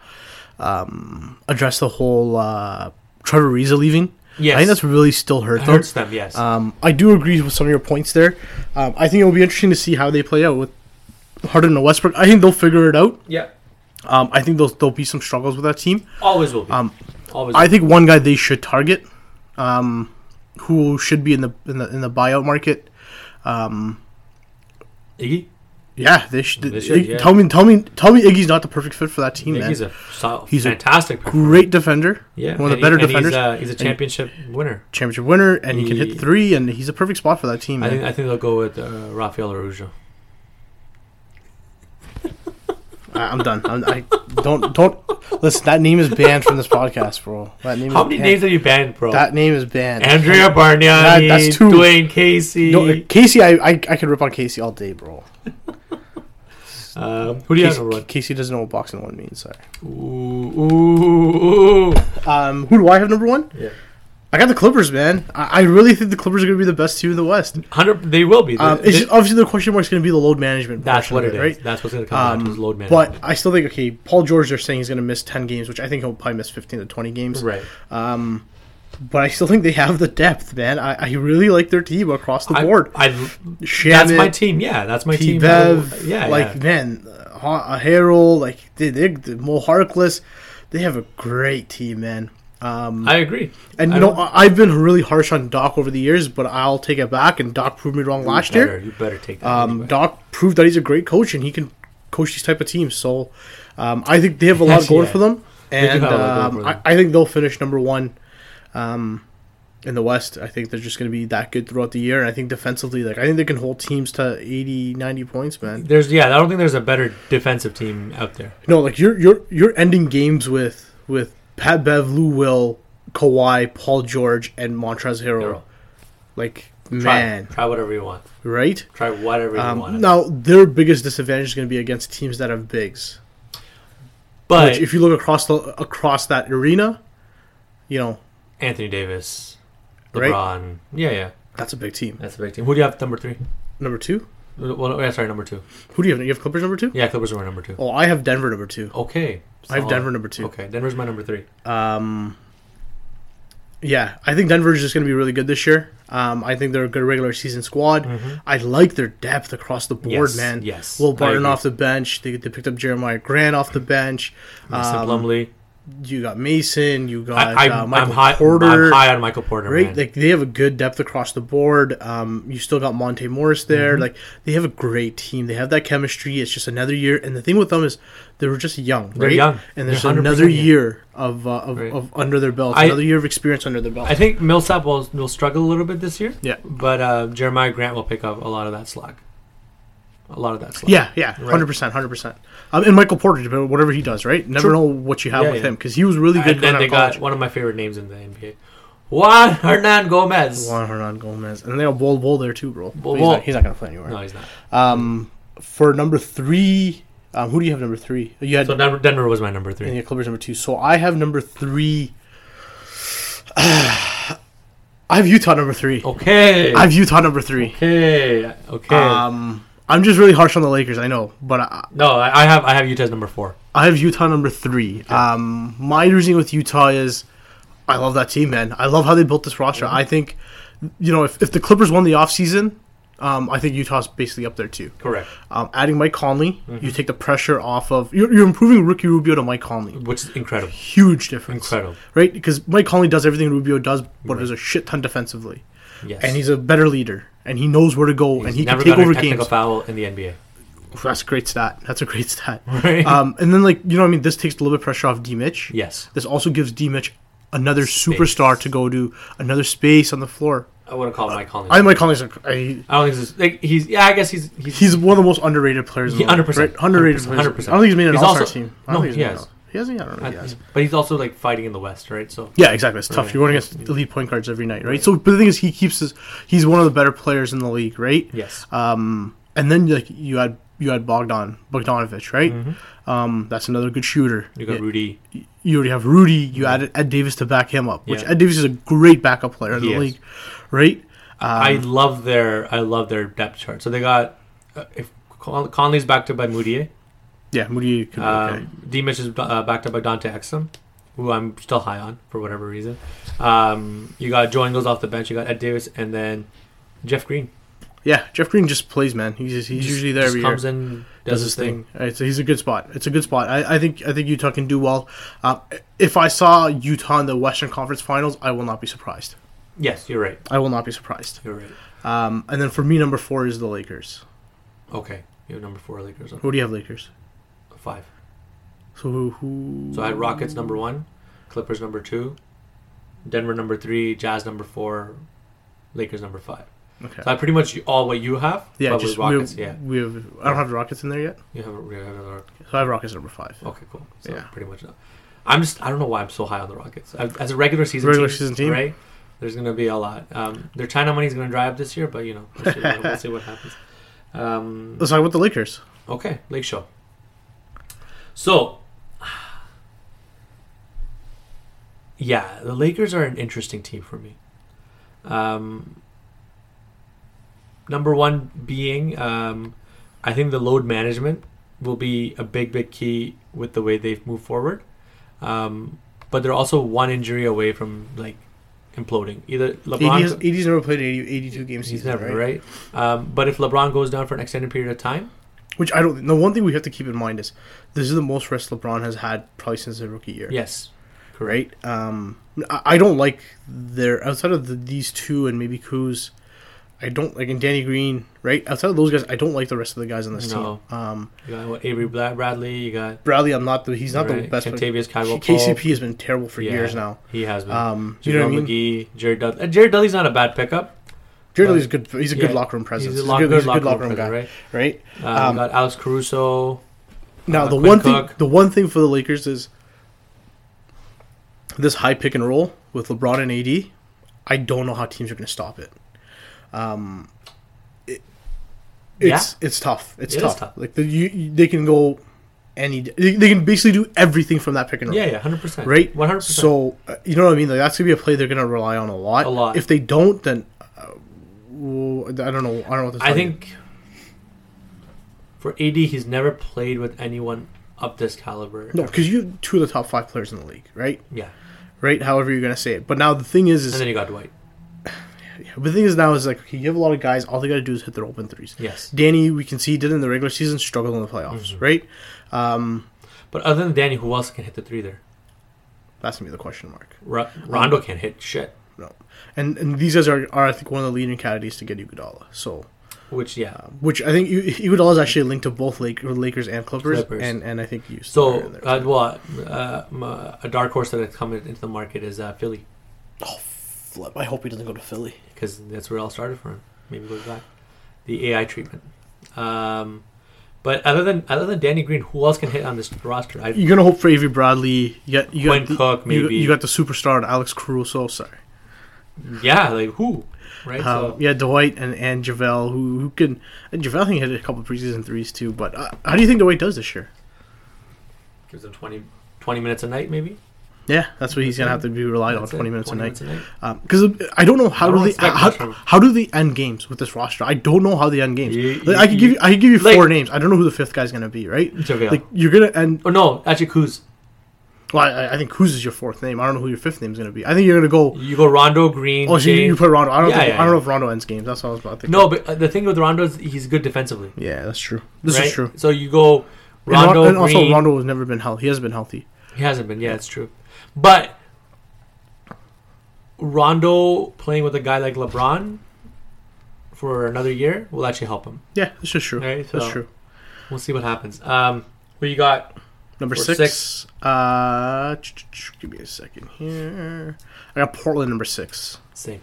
Speaker 2: um, addressed the whole uh, Trevor Reza leaving.
Speaker 1: Yes.
Speaker 2: I think that's really still hurt
Speaker 1: It
Speaker 2: them.
Speaker 1: hurts them, yes.
Speaker 2: Um, I do agree with some of your points there. Um, I think it will be interesting to see how they play out with Harden and Westbrook. I think they'll figure it out.
Speaker 1: yeah,
Speaker 2: Um, I think there'll there'll be some struggles with that team.
Speaker 1: always will be.
Speaker 2: Um,
Speaker 1: always.
Speaker 2: I think one guy they should target, um, who should be in the in the in the buyout market. Um,
Speaker 1: will be. Iggy.
Speaker 2: Yeah, they should.
Speaker 1: They should,
Speaker 2: Ig-
Speaker 1: yeah.
Speaker 2: Tell me, tell me, tell me, Iggy's not the perfect fit for that team,
Speaker 1: Iggy's
Speaker 2: man.
Speaker 1: a so,
Speaker 2: He's a
Speaker 1: fantastic. performer.
Speaker 2: Great defender,
Speaker 1: yeah,
Speaker 2: one of the
Speaker 1: and he-
Speaker 2: better
Speaker 1: and
Speaker 2: defenders.
Speaker 1: He's a, he's a championship winner.
Speaker 2: championship winner, and he, can hit
Speaker 1: He-
Speaker 2: the three, and he's a perfect spot for that team.
Speaker 1: I
Speaker 2: man.
Speaker 1: think I think they'll go with uh, Rafael Arujo.
Speaker 2: I, I'm done. I'm, I don't don't listen. That name is banned from this podcast, bro. That name.
Speaker 1: How
Speaker 2: is
Speaker 1: many
Speaker 2: banned.
Speaker 1: names have you banned, bro?
Speaker 2: That name is banned.
Speaker 1: Andrea Bargnani,
Speaker 2: That- that's two.
Speaker 1: Dwayne Casey.
Speaker 2: No, uh, Casey, I, I I could rip on Casey all day, bro.
Speaker 1: um, who do you have
Speaker 2: Casey,
Speaker 1: number one?
Speaker 2: Casey doesn't know what boxing one means. Sorry.
Speaker 1: Ooh, ooh, ooh.
Speaker 2: Um, who do I have number one?
Speaker 1: Yeah.
Speaker 2: I got the Clippers, man. I, I really think the Clippers are gonna be the best team in the West.
Speaker 1: Hundred. They will be.
Speaker 2: Um,
Speaker 1: They-
Speaker 2: it's
Speaker 1: they-
Speaker 2: just, obviously the question mark's going to be the load management.
Speaker 1: that's
Speaker 2: portion
Speaker 1: what
Speaker 2: of
Speaker 1: it is.
Speaker 2: right?
Speaker 1: That's what's going to come down to is
Speaker 2: Um,
Speaker 1: load management.
Speaker 2: but I still think okay, Paul George. They're saying he's going to miss ten games, which I think he'll probably miss fifteen to twenty games.
Speaker 1: right.
Speaker 2: Um, but I still think they have the depth, man. I, I really like their team across the
Speaker 1: I,
Speaker 2: board.
Speaker 1: I, that's
Speaker 2: Shamit,
Speaker 1: my team. Yeah, that's my team.
Speaker 2: T-Bev,
Speaker 1: yeah,
Speaker 2: like
Speaker 1: yeah.
Speaker 2: man, uh, Ha- Harrell, like they, they, they Mo Harkless, they have a great team, man. Um,
Speaker 1: I agree.
Speaker 2: and
Speaker 1: I
Speaker 2: you know,
Speaker 1: don't-
Speaker 2: I- I've been really harsh on Doc over the years, but I'll take it back. And Doc proved me wrong last
Speaker 1: you
Speaker 2: year.
Speaker 1: better, You better take that.
Speaker 2: Um,
Speaker 1: anyway.
Speaker 2: Doc proved that he's a great coach and he can coach these type of teams. So um, I think they have a lot
Speaker 1: Yeah.
Speaker 2: going for them,
Speaker 1: do
Speaker 2: and
Speaker 1: have a lot
Speaker 2: um,
Speaker 1: going for
Speaker 2: I,
Speaker 1: them.
Speaker 2: I think they'll finish number one um, in the West. I think they're just going to be that good throughout the year, and I think defensively, like I think they can hold teams to 80, 90 points, man.
Speaker 1: There's yeah, I don't think there's a better defensive team out there.
Speaker 2: No, like you're you're you're ending games with with Pat Bev, Lou Will, Kawhi, Paul George, and Montrezl Harrell.
Speaker 1: Harrell.
Speaker 2: Like
Speaker 1: Try,
Speaker 2: man,
Speaker 1: try whatever you want.
Speaker 2: right?
Speaker 1: Try whatever you want.
Speaker 2: Um, now their biggest disadvantage is going to be against teams that have bigs.
Speaker 1: but
Speaker 2: Which, if you look across the across that arena, you know
Speaker 1: Anthony Davis,
Speaker 2: Right.
Speaker 1: LeBron. Yeah, yeah.
Speaker 2: that's a big team.
Speaker 1: That's a big team. Who do you have number three?
Speaker 2: Number two,
Speaker 1: Well, yeah, sorry, number two.
Speaker 2: who do you have? You have Clippers number two.
Speaker 1: Yeah, Clippers are my number two.
Speaker 2: Oh, I have Denver number two.
Speaker 1: Okay.
Speaker 2: I have
Speaker 1: solid.
Speaker 2: Denver number two.
Speaker 1: Oh, Okay, Denver's my number three.
Speaker 2: Um, yeah, I think Denver's just going to be really good this year. Um, I think they're a good regular season squad. I like their depth across the board,
Speaker 1: Mm-hmm. Yes,
Speaker 2: man.
Speaker 1: yes, I
Speaker 2: Will Barton
Speaker 1: agree.
Speaker 2: off the bench. They, they picked up Jeremiah Grant off the bench.
Speaker 1: Mason
Speaker 2: Um,
Speaker 1: Plumlee.
Speaker 2: you got Mason. You got
Speaker 1: Uh, I,
Speaker 2: uh,
Speaker 1: I'm,
Speaker 2: Michael
Speaker 1: I'm high,
Speaker 2: Porter.
Speaker 1: I'm high on Michael Porter,
Speaker 2: right?
Speaker 1: man.
Speaker 2: Like they have a good depth across the board. Um, you still got Monte Morris there.
Speaker 1: Mm-hmm.
Speaker 2: Like they have a great team. They have that chemistry. It's just another year. And the thing with them is they were just young, right?
Speaker 1: They're young.
Speaker 2: And there's
Speaker 1: They're 100%
Speaker 2: another
Speaker 1: young.
Speaker 2: year of, uh, of,
Speaker 1: Right.
Speaker 2: of under their belt.
Speaker 1: I-
Speaker 2: another year of experience under their belt.
Speaker 1: I think Millsap will, will struggle a little bit this year.
Speaker 2: Yeah.
Speaker 1: But uh, Jeremiah Grant will pick up a lot of that slack. A lot of that slack.
Speaker 2: yeah, yeah, hundred percent, hundred percent. Um, and Michael Porter, but whatever he does, right? Never
Speaker 1: True.
Speaker 2: know what you have
Speaker 1: Yeah,
Speaker 2: with
Speaker 1: yeah.
Speaker 2: him because he was really good.
Speaker 1: And then they got one of my favorite names in the NBA, Juan Hernan Gomez.
Speaker 2: Juan Hernan Gomez, and they got Bol Bol there too, bro.
Speaker 1: Bol
Speaker 2: But he's,
Speaker 1: Bol.
Speaker 2: not, he's not gonna play anywhere.
Speaker 1: No, he's not.
Speaker 2: Um, for number three, um, who do you have number three? You had
Speaker 1: So Denver, Denver was my number three.
Speaker 2: And yeah, Clippers number two. So I have number three. I have Utah number three.
Speaker 1: Oh, Okay.
Speaker 2: I have Utah number three.
Speaker 1: okay. Okay.
Speaker 2: Um, I'm just really harsh on the Lakers. I know, but I,
Speaker 1: no, I, I have I have Utah as number four.
Speaker 2: I have Utah number three. Um, my reasoning with Utah is, I love that team, man. I love how they built this roster. I think, you know, if, if the Clippers won the offseason, um, I think Utah's basically up there too.
Speaker 1: Correct.
Speaker 2: Um, adding Mike Conley,
Speaker 1: Mm-hmm.
Speaker 2: you take the pressure off of you're, you're improving Ricky Rubio to Mike Conley.
Speaker 1: Which is incredible.
Speaker 2: Huge difference,
Speaker 1: Incredible.
Speaker 2: right? Because Mike Conley does everything Rubio does, but does a shit ton defensively,
Speaker 1: Yes.
Speaker 2: and he's a better leader, and he knows where to go, and he
Speaker 1: never
Speaker 2: can take
Speaker 1: got
Speaker 2: over
Speaker 1: a technical
Speaker 2: games.
Speaker 1: foul in the NBA.
Speaker 2: That's a great stat. That's a great stat.
Speaker 1: Right.
Speaker 2: Um, and then like you know what I mean, this takes a little bit of pressure off D Mitch.
Speaker 1: yes.
Speaker 2: This also gives D Mitch another
Speaker 1: Space.
Speaker 2: superstar to go to another space on the floor.
Speaker 1: I would have called Mike Conley.
Speaker 2: I Mike Conley's a, I,
Speaker 1: I don't think this is, like he's yeah I guess he's he's,
Speaker 2: he's one of the most underrated players. in the
Speaker 1: Yeah, 100%,
Speaker 2: league, right? underrated
Speaker 1: 100%,
Speaker 2: players.
Speaker 1: 100%.
Speaker 2: I don't think he's made an
Speaker 1: He's
Speaker 2: All Star
Speaker 1: also-
Speaker 2: team. I don't
Speaker 1: no,
Speaker 2: think he's
Speaker 1: he
Speaker 2: made an
Speaker 1: has.
Speaker 2: all- He hasn't. I don't know. if He has.
Speaker 1: but uh, he's also like fighting in the West right so
Speaker 2: Yeah, exactly. It's tough.
Speaker 1: Right.
Speaker 2: You're going against elite point guards every night, right? So, but the thing is, he keeps his. He's one of the better players in the league, right?
Speaker 1: yes
Speaker 2: Um, and then like you had you had Bogdan Bogdanovich, right? Um, that's another good shooter.
Speaker 1: Mm-hmm. you got
Speaker 2: Yeah.
Speaker 1: Rudy
Speaker 2: you already have Rudy. You added Ed Davis to back him up, which
Speaker 1: Yeah.
Speaker 2: Ed Davis is a great backup player in
Speaker 1: He
Speaker 2: the
Speaker 1: is.
Speaker 2: league, right?
Speaker 1: I
Speaker 2: Um,
Speaker 1: love their I love their depth chart so they got uh, if Con- Conley's backed up by Moutier
Speaker 2: Yeah, Moody could be okay.
Speaker 1: Um, Dimitch is uh, backed up by Dante Exum, who I'm still high on for whatever reason. Um, you got Joe Ingles off the bench. You got Ed Davis, and then Jeff Green.
Speaker 2: Yeah, Jeff Green just plays, man. He's just, he's
Speaker 1: Just-
Speaker 2: usually there
Speaker 1: just
Speaker 2: every year.
Speaker 1: comes in, does, his thing.
Speaker 2: All right, so he's a good spot. It's a good spot. I, I think I think Utah can do well. Um, if I saw Utah in the Western Conference Finals, I will not be surprised.
Speaker 1: Yes, you're right.
Speaker 2: I will not be surprised.
Speaker 1: You're right.
Speaker 2: Um, and then for me, number four is the Lakers.
Speaker 1: Okay, you have number four Lakers on
Speaker 2: Who do you have Lakers?
Speaker 1: five.
Speaker 2: So who? who
Speaker 1: So I had Rockets number one, Clippers number two, Denver number three, Jazz number four, Lakers number five.
Speaker 2: okay.
Speaker 1: So I pretty much all what you have.
Speaker 2: yeah,
Speaker 1: but with
Speaker 2: just
Speaker 1: Rockets.
Speaker 2: we
Speaker 1: yeah,
Speaker 2: have, we have. I don't have the Rockets in there yet.
Speaker 1: you have, you have another
Speaker 2: So I have Rockets number five.
Speaker 1: Okay, cool. So
Speaker 2: Yeah.
Speaker 1: pretty much. uh, I'm just. I don't know why I'm so high on the Rockets. I, as a regular season
Speaker 2: Regular
Speaker 1: team,
Speaker 2: season team?
Speaker 1: right? There's gonna be a lot. Um, their China money's gonna dry up this year, but you know, we'll see, what- we'll see what happens. Um,
Speaker 2: Let's talk about the Lakers.
Speaker 1: okay, Lake Show. So, yeah, the Lakers are an interesting team for me. Um, number one being, um, I think the load management will be a big, big key with the way they've moved forward. Um, but they're also one injury away from like imploding. Either LeBron,
Speaker 2: 80 has, 80's never played an 80, 82 game season,
Speaker 1: he's never right.
Speaker 2: right?
Speaker 1: Um, but if LeBron goes down for an extended period of time,
Speaker 2: Which I don't. The one thing we have to keep in mind is this is the most rest LeBron has had probably since his rookie year.
Speaker 1: yes,
Speaker 2: Right. Um. I, I don't like their outside of the, these two and maybe Kuz. I don't like and Danny Green. Right. Outside of those guys, I don't like the rest of the guys on this
Speaker 1: No.
Speaker 2: team. Um.
Speaker 1: You got what, Avery Bla- Bradley. You got
Speaker 2: Bradley, I'm not the. He's not the
Speaker 1: right,
Speaker 2: best. one.
Speaker 1: Kentavious Caldwell Pope.
Speaker 2: KCP has been terrible for
Speaker 1: Yeah.
Speaker 2: years now.
Speaker 1: He has been.
Speaker 2: Um. You
Speaker 1: Javale
Speaker 2: know what I mean?
Speaker 1: McGee, Jared Dudley. Uh, Jared Dudley's not a bad pickup.
Speaker 2: Jared Lee's good. He's a good
Speaker 1: Yeah,
Speaker 2: locker room presence.
Speaker 1: He's a lock, good, locker, room
Speaker 2: guy.
Speaker 1: presence,
Speaker 2: Right.
Speaker 1: Right. Um,
Speaker 2: Um,
Speaker 1: you got Alex Caruso.
Speaker 2: Now
Speaker 1: Uh,
Speaker 2: the
Speaker 1: Quinn
Speaker 2: one thing
Speaker 1: Cook.
Speaker 2: the one thing for the Lakers is this high pick and roll with LeBron and AD. I don't know how teams are going to stop it. Um, it- it's it's tough. It's
Speaker 1: It is
Speaker 2: tough.
Speaker 1: tough.
Speaker 2: Like the, you, you, they can go any. They, they can basically do everything from that pick and roll.
Speaker 1: Yeah, yeah, hundred percent.
Speaker 2: Right.
Speaker 1: one hundred percent.
Speaker 2: So uh, you know what I mean. Like that's gonna be a play they're gonna rely on a lot.
Speaker 1: A lot.
Speaker 2: If they don't, then uh, well, I don't know. I don't know what to
Speaker 1: I
Speaker 2: tell you.
Speaker 1: think for AD, he's never played with anyone of this caliber.
Speaker 2: no, because you two of the top five players in the league, right?
Speaker 1: Yeah,
Speaker 2: Right. However you're gonna say it. But now the thing is, is
Speaker 1: and then you got Dwight.
Speaker 2: Yeah, but the thing is now is like okay, you have a lot of guys. All they got to do is hit their open threes.
Speaker 1: Yes, Mm-hmm.
Speaker 2: Danny, we can see he did in the regular season, struggled in the playoffs, right? Um,
Speaker 1: but other than Danny, who else can hit the three there?
Speaker 2: that's gonna be the question mark.
Speaker 1: Ro- Rondo can't hit shit.
Speaker 2: No, and and these guys are, are I think one of the leading candidates to get Iguodala. So,
Speaker 1: Which yeah,
Speaker 2: um, which I think I- Iguodala is actually linked to both Lake, Lakers and Clippers,
Speaker 1: Clippers.
Speaker 2: and and I think you.
Speaker 1: So, uh, well, uh, m- uh, a dark horse that had come into the market is uh, Philly,
Speaker 2: oh, flip! I hope he doesn't go to Philly.
Speaker 1: because that's where it all started for him. Maybe go back. The AI treatment. Um, but other than other than Danny Green, who else can hit on this roster? I,
Speaker 2: You're gonna hope for Avery Bradley. You got, you
Speaker 1: Quinn
Speaker 2: got the,
Speaker 1: Cook,
Speaker 2: you-
Speaker 1: maybe.
Speaker 2: You, got the superstar in Alex Caruso. Sorry.
Speaker 1: yeah, like who? Right.
Speaker 2: Um,
Speaker 1: so,
Speaker 2: yeah, Dwight and, and Javale, who who can and Javale I think hit a couple preseason threes too. But uh, how do you think Dwight does this year?
Speaker 1: gives him 20, 20 minutes a night, maybe.
Speaker 2: Yeah, that's what he's gonna have to be relied on
Speaker 1: That's it,
Speaker 2: twenty minutes
Speaker 1: 20
Speaker 2: a night.
Speaker 1: minutes
Speaker 2: Because I don't know how
Speaker 1: I don't
Speaker 2: do they
Speaker 1: expect
Speaker 2: how,
Speaker 1: much from-
Speaker 2: how do they end games with this roster. I don't know how they end games.
Speaker 1: You-
Speaker 2: Like, I could give you I could give you
Speaker 1: like-
Speaker 2: four names. I don't know who the fifth guy's gonna be. Right?
Speaker 1: JaVale.
Speaker 2: Like you're gonna end.
Speaker 1: Oh no, actually, Kuz.
Speaker 2: Well, I, I think Kuz is your fourth name. I don't know who your fifth name's gonna be. I think you're gonna go.
Speaker 1: You go Rondo Green.
Speaker 2: Oh, so you,
Speaker 1: James-
Speaker 2: you put Rondo. I don't.
Speaker 1: Yeah,
Speaker 2: think,
Speaker 1: yeah,
Speaker 2: I don't know
Speaker 1: yeah.
Speaker 2: if Rondo ends games. That's what I was about to.
Speaker 1: No, but uh, the thing with Rondo is he's good defensively.
Speaker 2: Yeah, that's true. This
Speaker 1: right?
Speaker 2: is true.
Speaker 1: So you go
Speaker 2: And Ron-
Speaker 1: Rondo
Speaker 2: and, also
Speaker 1: Green.
Speaker 2: Rondo has never been healthy. He hasn't been healthy.
Speaker 1: He hasn't been. Yeah, it's true. But Rondo playing with a guy like LeBron for another year will actually help him.
Speaker 2: Yeah, this is true.
Speaker 1: Right,
Speaker 2: That's
Speaker 1: so-
Speaker 2: true.
Speaker 1: We'll see what happens. Um, who you got?
Speaker 2: Number
Speaker 1: Or
Speaker 2: six.
Speaker 1: six.
Speaker 2: Uh, ch- ch- ch- give me a second here. I got Portland number six.
Speaker 1: Same.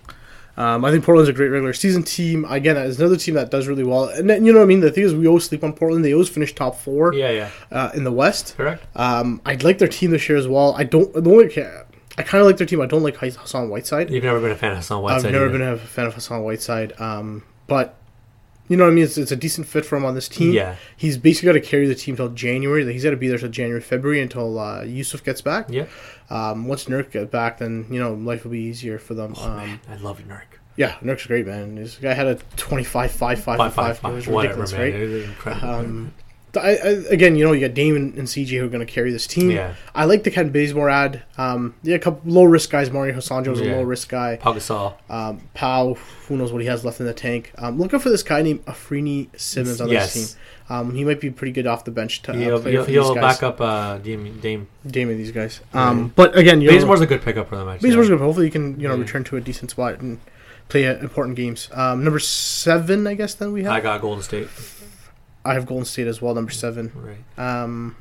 Speaker 2: Um, I think Portland's a great regular season team. Again, it's another team that does really well. And then, you know what I mean? The thing is, we always sleep on Portland. They always finish top four
Speaker 1: Yeah, yeah.
Speaker 2: uh, in the West.
Speaker 1: Correct.
Speaker 2: Um, I'd like their team this year as well. I don't. The only, I kind of like their team. I don't like Hassan Whiteside.
Speaker 1: You've never been a fan of Hassan Whiteside.
Speaker 2: I've never
Speaker 1: either.
Speaker 2: been a fan of Hassan Whiteside, um, but you know what I mean. It's, it's a decent fit for him on this team.
Speaker 1: Yeah.
Speaker 2: he's basically got to carry the team till January. He's got to be there till January, February until uh, Yusuf gets back.
Speaker 1: Yeah.
Speaker 2: Um, once Nurk gets back, then you know life will be easier for them.
Speaker 1: Oh,
Speaker 2: um,
Speaker 1: man, I love Nurk.
Speaker 2: yeah, Nurk's great, man. This guy had a 25 5 5
Speaker 1: Five,
Speaker 2: 5
Speaker 1: five,
Speaker 2: 5. It was
Speaker 1: five, whatever,
Speaker 2: ridiculous,
Speaker 1: man.
Speaker 2: right?
Speaker 1: It was incredible.
Speaker 2: Um, th- I, I, again, you know, you got Damon and CJ who are going to carry this team.
Speaker 1: Yeah.
Speaker 2: I like the Ken Bazemore ad. Um, yeah, a couple low risk guys. Mario Hosanjo's a
Speaker 1: Yeah.
Speaker 2: low risk guy.
Speaker 1: Pau Gasol.
Speaker 2: Um, Powell, who knows what he has left in the tank. Um, looking for this guy named Afrini Simmons on
Speaker 1: Yes.
Speaker 2: this team. Um, he might be pretty good off the bench to, uh,
Speaker 1: He'll,
Speaker 2: player
Speaker 1: he'll,
Speaker 2: for these
Speaker 1: he'll
Speaker 2: guys.
Speaker 1: back up uh, Dame. Dame.
Speaker 2: Damon, these guys. Um, But again, you know,
Speaker 1: Bazemore's a good pickup for them, actually.
Speaker 2: Bazemore's good. Hopefully, he can you know
Speaker 1: Yeah.
Speaker 2: return to a decent spot and play uh, important games. Um, number seven, I guess. Then we
Speaker 1: I
Speaker 2: have.
Speaker 1: got Golden State.
Speaker 2: I have Golden State as well. Number seven.
Speaker 1: Right.
Speaker 2: Um,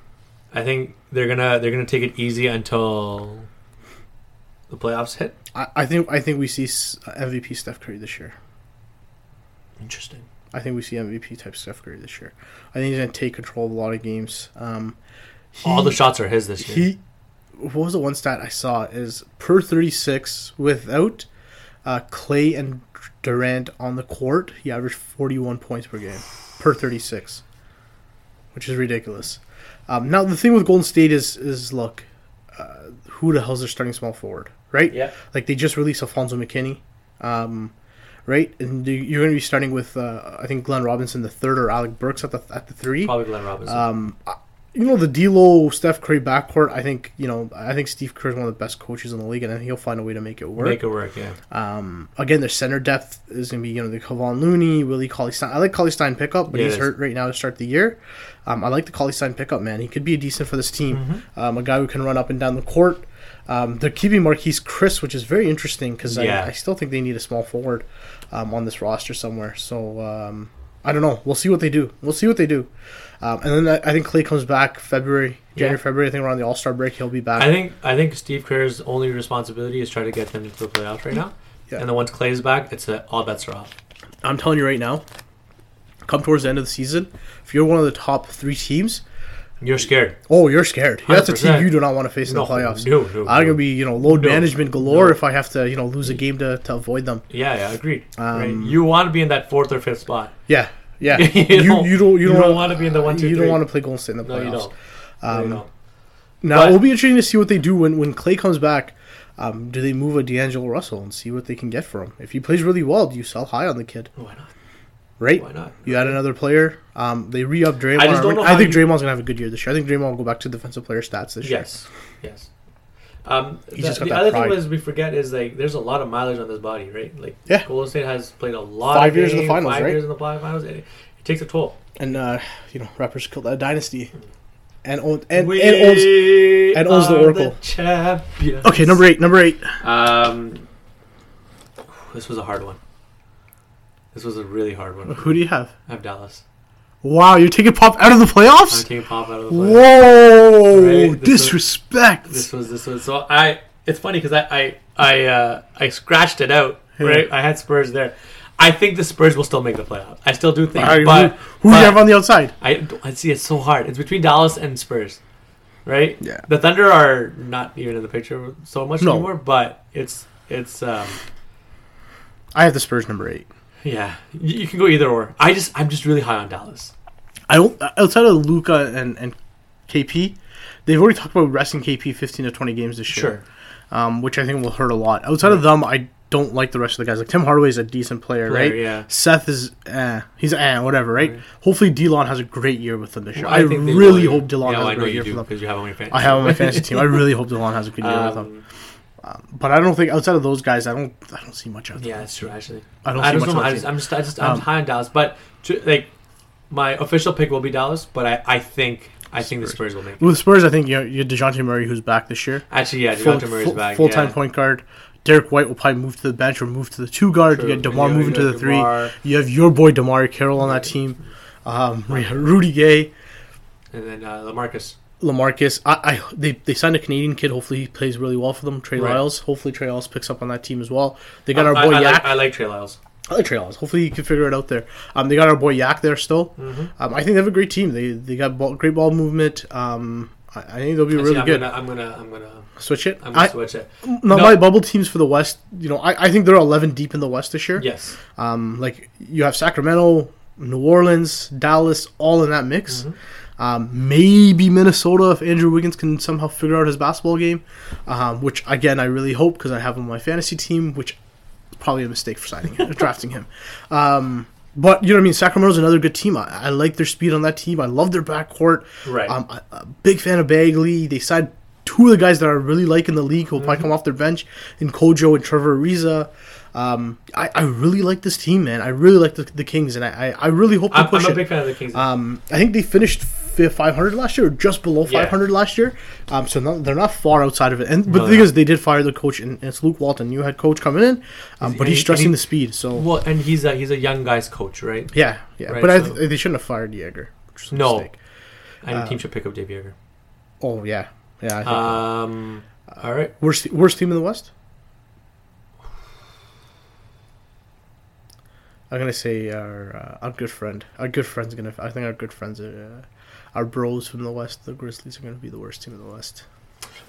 Speaker 1: I think they're gonna they're gonna take it easy until the playoffs hit.
Speaker 2: I, I think I think we see s- MVP Steph Curry this year.
Speaker 1: Interesting.
Speaker 2: I think we see MVP type Steph Curry this year. I think he's gonna take control of a lot of games. Um, he-
Speaker 1: All the shots are his this year.
Speaker 2: He, what was the one stat I saw? Is per thirty six without uh, Clay and Durant on the court, he averaged forty one points per game per thirty six, which is ridiculous. Um, now the thing with Golden State is is look, uh, who the hell's their starting small forward, right?
Speaker 1: yeah.
Speaker 2: Like they just released Alfonso McKinney, um, right? And you- you're going to be starting with uh, I think Glenn Robinson the third or Alec Burks at the at the three.
Speaker 1: Probably Glenn Robinson.
Speaker 2: Um, I- you know the D'Lo Steph Curry backcourt. I think you know I think Steve Kerr is one of the best coaches in the league, and I think he'll find a way to make it work.
Speaker 1: Make it work, yeah.
Speaker 2: um, again, their center depth is going to be you know the Kevon Looney, Willie Cauley Stein. I like Cauley Stein pickup, but
Speaker 1: Yeah,
Speaker 2: he's
Speaker 1: that's-
Speaker 2: hurt right now to start the year. Um, I like the Cauley Stein pickup, man. He could be decent for this team.
Speaker 1: Mm-hmm.
Speaker 2: Um, a guy who can run up and down the court. Um, they're keeping Marquise Chris, which is very interesting because
Speaker 1: Yeah.
Speaker 2: I, I still think they need a small forward um, on this roster somewhere. So um, I don't know. We'll see what they do. We'll see what they do. Um, and then I, I think Clay comes back February, January,
Speaker 1: Yeah.
Speaker 2: February. I think around the All Star break, he'll be back.
Speaker 1: I think I think Steve Kerr's only responsibility is try to get them into the playoffs right now.
Speaker 2: Yeah.
Speaker 1: And then once Clay's back, it's a, all bets are off.
Speaker 2: I'm telling you right now, come towards the end of the season, if you're one of the top three teams,
Speaker 1: You're scared.
Speaker 2: oh, you're scared. That's a team
Speaker 1: 100%.
Speaker 2: you do not want to face in
Speaker 1: No,
Speaker 2: the playoffs.
Speaker 1: no, no,
Speaker 2: I'm
Speaker 1: no.
Speaker 2: gonna be you know load
Speaker 1: No.
Speaker 2: management galore
Speaker 1: No.
Speaker 2: if I have to you know lose a game to, to avoid them.
Speaker 1: Yeah, yeah, agreed. right.
Speaker 2: Um,
Speaker 1: You want to be in that fourth or fifth spot.
Speaker 2: Yeah, yeah.
Speaker 1: You don't- you don't wanna be in the one, two,
Speaker 2: You
Speaker 1: three.
Speaker 2: don't want to play Golden State in the
Speaker 1: No,
Speaker 2: playoffs.
Speaker 1: you don't. No,
Speaker 2: Um,
Speaker 1: you don't.
Speaker 2: Now
Speaker 1: But-
Speaker 2: it'll be interesting to see what they do when when Clay comes back. Um, do they move a D'Angelo Russell and see what they can get for him? If he plays really well, do you sell high on the kid?
Speaker 1: Why not?
Speaker 2: Right?
Speaker 1: Why not?
Speaker 2: You add another player. Um, they re up Draymond. I,
Speaker 1: I just don't know
Speaker 2: I
Speaker 1: how
Speaker 2: think
Speaker 1: you-
Speaker 2: Draymond's gonna have a good year this year. I think Draymond will go back to defensive player stats this year.
Speaker 1: Yes. Yes. Um, the
Speaker 2: just got
Speaker 1: the
Speaker 2: that
Speaker 1: other
Speaker 2: pride.
Speaker 1: thing is we forget is like there's a lot of mileage on this body, right? Like
Speaker 2: Yeah.
Speaker 1: Golden State has played a lot
Speaker 2: Five
Speaker 1: of
Speaker 2: years in the
Speaker 1: games,
Speaker 2: finals,
Speaker 1: five
Speaker 2: right?
Speaker 1: years in the pli- finals. It, it takes a toll.
Speaker 2: And uh, you know, rappers killed that dynasty. And own, and,
Speaker 1: We
Speaker 2: and owns and owns the
Speaker 1: are
Speaker 2: Oracle.
Speaker 1: champions.
Speaker 2: Okay, number eight, number eight.
Speaker 1: Um, this was a hard one. This was a really hard one.
Speaker 2: Who do you have?
Speaker 1: I have Dallas.
Speaker 2: Wow, you're taking Pop out of the
Speaker 1: I'm
Speaker 2: playoffs?
Speaker 1: taking Pop out of the playoffs.
Speaker 2: Whoa,
Speaker 1: Right, this is-
Speaker 2: disrespect.
Speaker 1: This was this was so I. It's funny because I I I, uh, I scratched it out. Right, I had Spurs there. I think the Spurs will still make the playoffs. I still do think,
Speaker 2: All right,
Speaker 1: but
Speaker 2: who who do
Speaker 1: but-
Speaker 2: you have on the outside?
Speaker 1: I, I see it's so hard. It's between Dallas and Spurs, right?
Speaker 2: Yeah.
Speaker 1: The Thunder are not even in the picture so much
Speaker 2: No.
Speaker 1: anymore, but it's it's um
Speaker 2: I have the Spurs number eight.
Speaker 1: yeah you, you can go either or. I just I'm just really high on Dallas.
Speaker 2: I don't outside of Luca and and KP. they've already talked about resting KP 15 to 20 games this year,
Speaker 1: Sure.
Speaker 2: um, which I think will hurt a lot. Outside of them, I don't like the rest of the guys. Like Tim Hardaway is a decent player,
Speaker 1: Player,
Speaker 2: right?
Speaker 1: yeah.
Speaker 2: Seth is, eh, he's eh, whatever, right? Hopefully, DeLon has a great year with them this year. I,
Speaker 1: think they
Speaker 2: really
Speaker 1: will.
Speaker 2: hope DeLon
Speaker 1: Yeah,
Speaker 2: has
Speaker 1: well,
Speaker 2: a
Speaker 1: I know
Speaker 2: great
Speaker 1: you
Speaker 2: year
Speaker 1: do
Speaker 2: for them.
Speaker 1: because you have him on your fantasy.
Speaker 2: I have him on my fantasy team. I really hope DeLon has a good year with them.
Speaker 1: Um,
Speaker 2: But I don't think outside of those guys, I don't, I don't see much out there.
Speaker 1: yeah, that's true. Actually,
Speaker 2: I don't
Speaker 1: I
Speaker 2: see
Speaker 1: just
Speaker 2: much
Speaker 1: know.
Speaker 2: on
Speaker 1: I
Speaker 2: the
Speaker 1: just,
Speaker 2: team.
Speaker 1: I'm just, I just, I'm
Speaker 2: Um,
Speaker 1: high on Dallas, but to, like my official pick will be Dallas, but I, I think, I think the
Speaker 2: Spurs.
Speaker 1: Spurs will make. it.
Speaker 2: With Spurs, I think you know, you have Dejounte Murray who's back this year,
Speaker 1: Actually, yeah, Devonta Murray's back.
Speaker 2: full time
Speaker 1: yeah.
Speaker 2: point guard. Derek White will probably move to the bench or move to the two guard.
Speaker 1: True.
Speaker 2: You got Demar
Speaker 1: You-
Speaker 2: moving
Speaker 1: you
Speaker 2: to
Speaker 1: got
Speaker 2: the three.
Speaker 1: DeMar,
Speaker 2: You have your boy Damari Carroll on that team. Um, we have Rudy Gay,
Speaker 1: and then uh, Lamarcus.
Speaker 2: Lamarcus. I, I they, they signed a Canadian kid. Hopefully he plays really well for them. Trey
Speaker 1: Right. Uh,
Speaker 2: Lyles. Hopefully Trey Lyles picks up on that team as well. They got our
Speaker 1: I,
Speaker 2: boy
Speaker 1: I,
Speaker 2: Yak.
Speaker 1: like, I like Trey Lyles.
Speaker 2: I like Trey Lyles. Hopefully, you can figure it out there. Um, they got our boy Yak there still.
Speaker 1: Mm-hmm.
Speaker 2: Um, I think they have a great team. They they got ball, great ball movement. Um, I, I think they'll be really
Speaker 1: Actually, I'm
Speaker 2: good.
Speaker 1: Gonna, I'm gonna, I'm gonna,
Speaker 2: Switch it.
Speaker 1: I'm gonna
Speaker 2: I-
Speaker 1: switch it.
Speaker 2: no,
Speaker 1: no.
Speaker 2: my bubble teams for the West. You know, I, I think they're eleven deep in the West this year.
Speaker 1: Yes,
Speaker 2: Um, like you have Sacramento, New Orleans, Dallas, all in that mix. Um, maybe Minnesota if Andrew Wiggins can somehow figure out his basketball game, um, which again I really hope because I have him on my fantasy team, which is probably a mistake for signing him, drafting him. Um, but you know what I mean. Sacramento's another good team. I, I like their speed on that team. I love their backcourt.
Speaker 1: Right.
Speaker 2: Um, I, a big fan of Bagley. They signed two of the guys that I really like in the league who will probably come off their bench in Kojo and Trevor Ariza. Um, I, I really like this team, man. I really like the, the Kings, and I, I, I really hope they
Speaker 1: I'm,
Speaker 2: push
Speaker 1: I'm a
Speaker 2: it.
Speaker 1: big fan of the Kings.
Speaker 2: Um, I think they finished fi- 500 last year, or just below
Speaker 1: Yeah.
Speaker 2: 500 last year. Um, so not, they're not far outside of it. And but
Speaker 1: No,
Speaker 2: the thing
Speaker 1: no.
Speaker 2: is, they did fire their coach, and it's Luke Walton, new head coach coming in. Um, but
Speaker 1: and
Speaker 2: he's
Speaker 1: he-
Speaker 2: stressing
Speaker 1: and
Speaker 2: the speed. So
Speaker 1: well, and he's a he's a young guy's coach, right?
Speaker 2: yeah, yeah.
Speaker 1: Right,
Speaker 2: but I
Speaker 1: so-
Speaker 2: th- they shouldn't have fired Jaeger. Which was a
Speaker 1: No.
Speaker 2: mistake.
Speaker 1: And the team should pick up Dave Yeager.
Speaker 2: Oh yeah, yeah. I think
Speaker 1: Um, all right,
Speaker 2: worst worst team in the West. I'm gonna say our uh, our good friend. Our good friend's gonna. I think our good friends are. Uh, our bros from the West, the Grizzlies, are going to be the worst team in the West.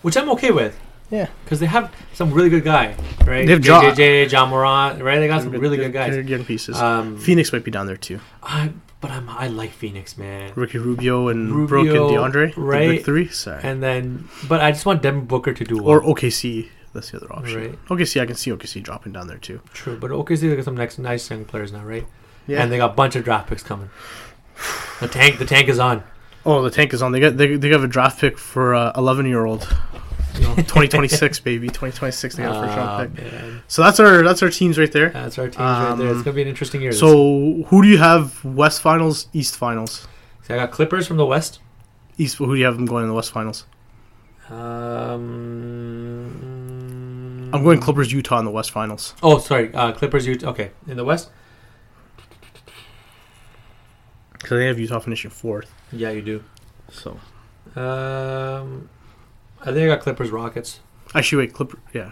Speaker 1: which I'm okay with.
Speaker 2: Yeah.
Speaker 1: because they have some really good guy, right?
Speaker 2: They have Ja.
Speaker 1: JJJ, John Morant, right? They got some really good guys.
Speaker 2: They're Young pieces.
Speaker 1: Um,
Speaker 2: Phoenix might be down there too.
Speaker 1: I, but I'm, I like Phoenix, man.
Speaker 2: Ricky Rubio and Brooke and
Speaker 1: Rubio,
Speaker 2: DeAndre, the big
Speaker 1: right.
Speaker 2: three. Sorry,
Speaker 1: And then, but I just want Devin Booker to do well.
Speaker 2: or OKC. That's the other option.
Speaker 1: Right.
Speaker 2: OKC, I can see OKC dropping down there too.
Speaker 1: True, but OKC they got some next nice young players now, right?
Speaker 2: Yeah.
Speaker 1: And they got a bunch of draft picks coming. The tank, the tank is on.
Speaker 2: oh, the tank is on. They got they, they have a draft pick for uh, 11 year old. You know, 2026 baby, 2026 they got a first
Speaker 1: Ah,
Speaker 2: round pick.
Speaker 1: man.
Speaker 2: So that's our that's our teams right there.
Speaker 1: That's our teams right there. It's
Speaker 2: Um,
Speaker 1: gonna be an interesting year. this year.
Speaker 2: So who do you have West Finals, East Finals?
Speaker 1: So I got Clippers from the West.
Speaker 2: East who do you have them going in the West Finals?
Speaker 1: Um,
Speaker 2: I'm going Clippers Utah in the West Finals.
Speaker 1: Oh, sorry, uh, Clippers. Utah. Okay, in the West.
Speaker 2: Cuz they have Utah finishing 4th.
Speaker 1: Yeah, you do.
Speaker 2: So
Speaker 1: Um, I think I got Clippers Rockets.
Speaker 2: Actually wait, Clipper yeah.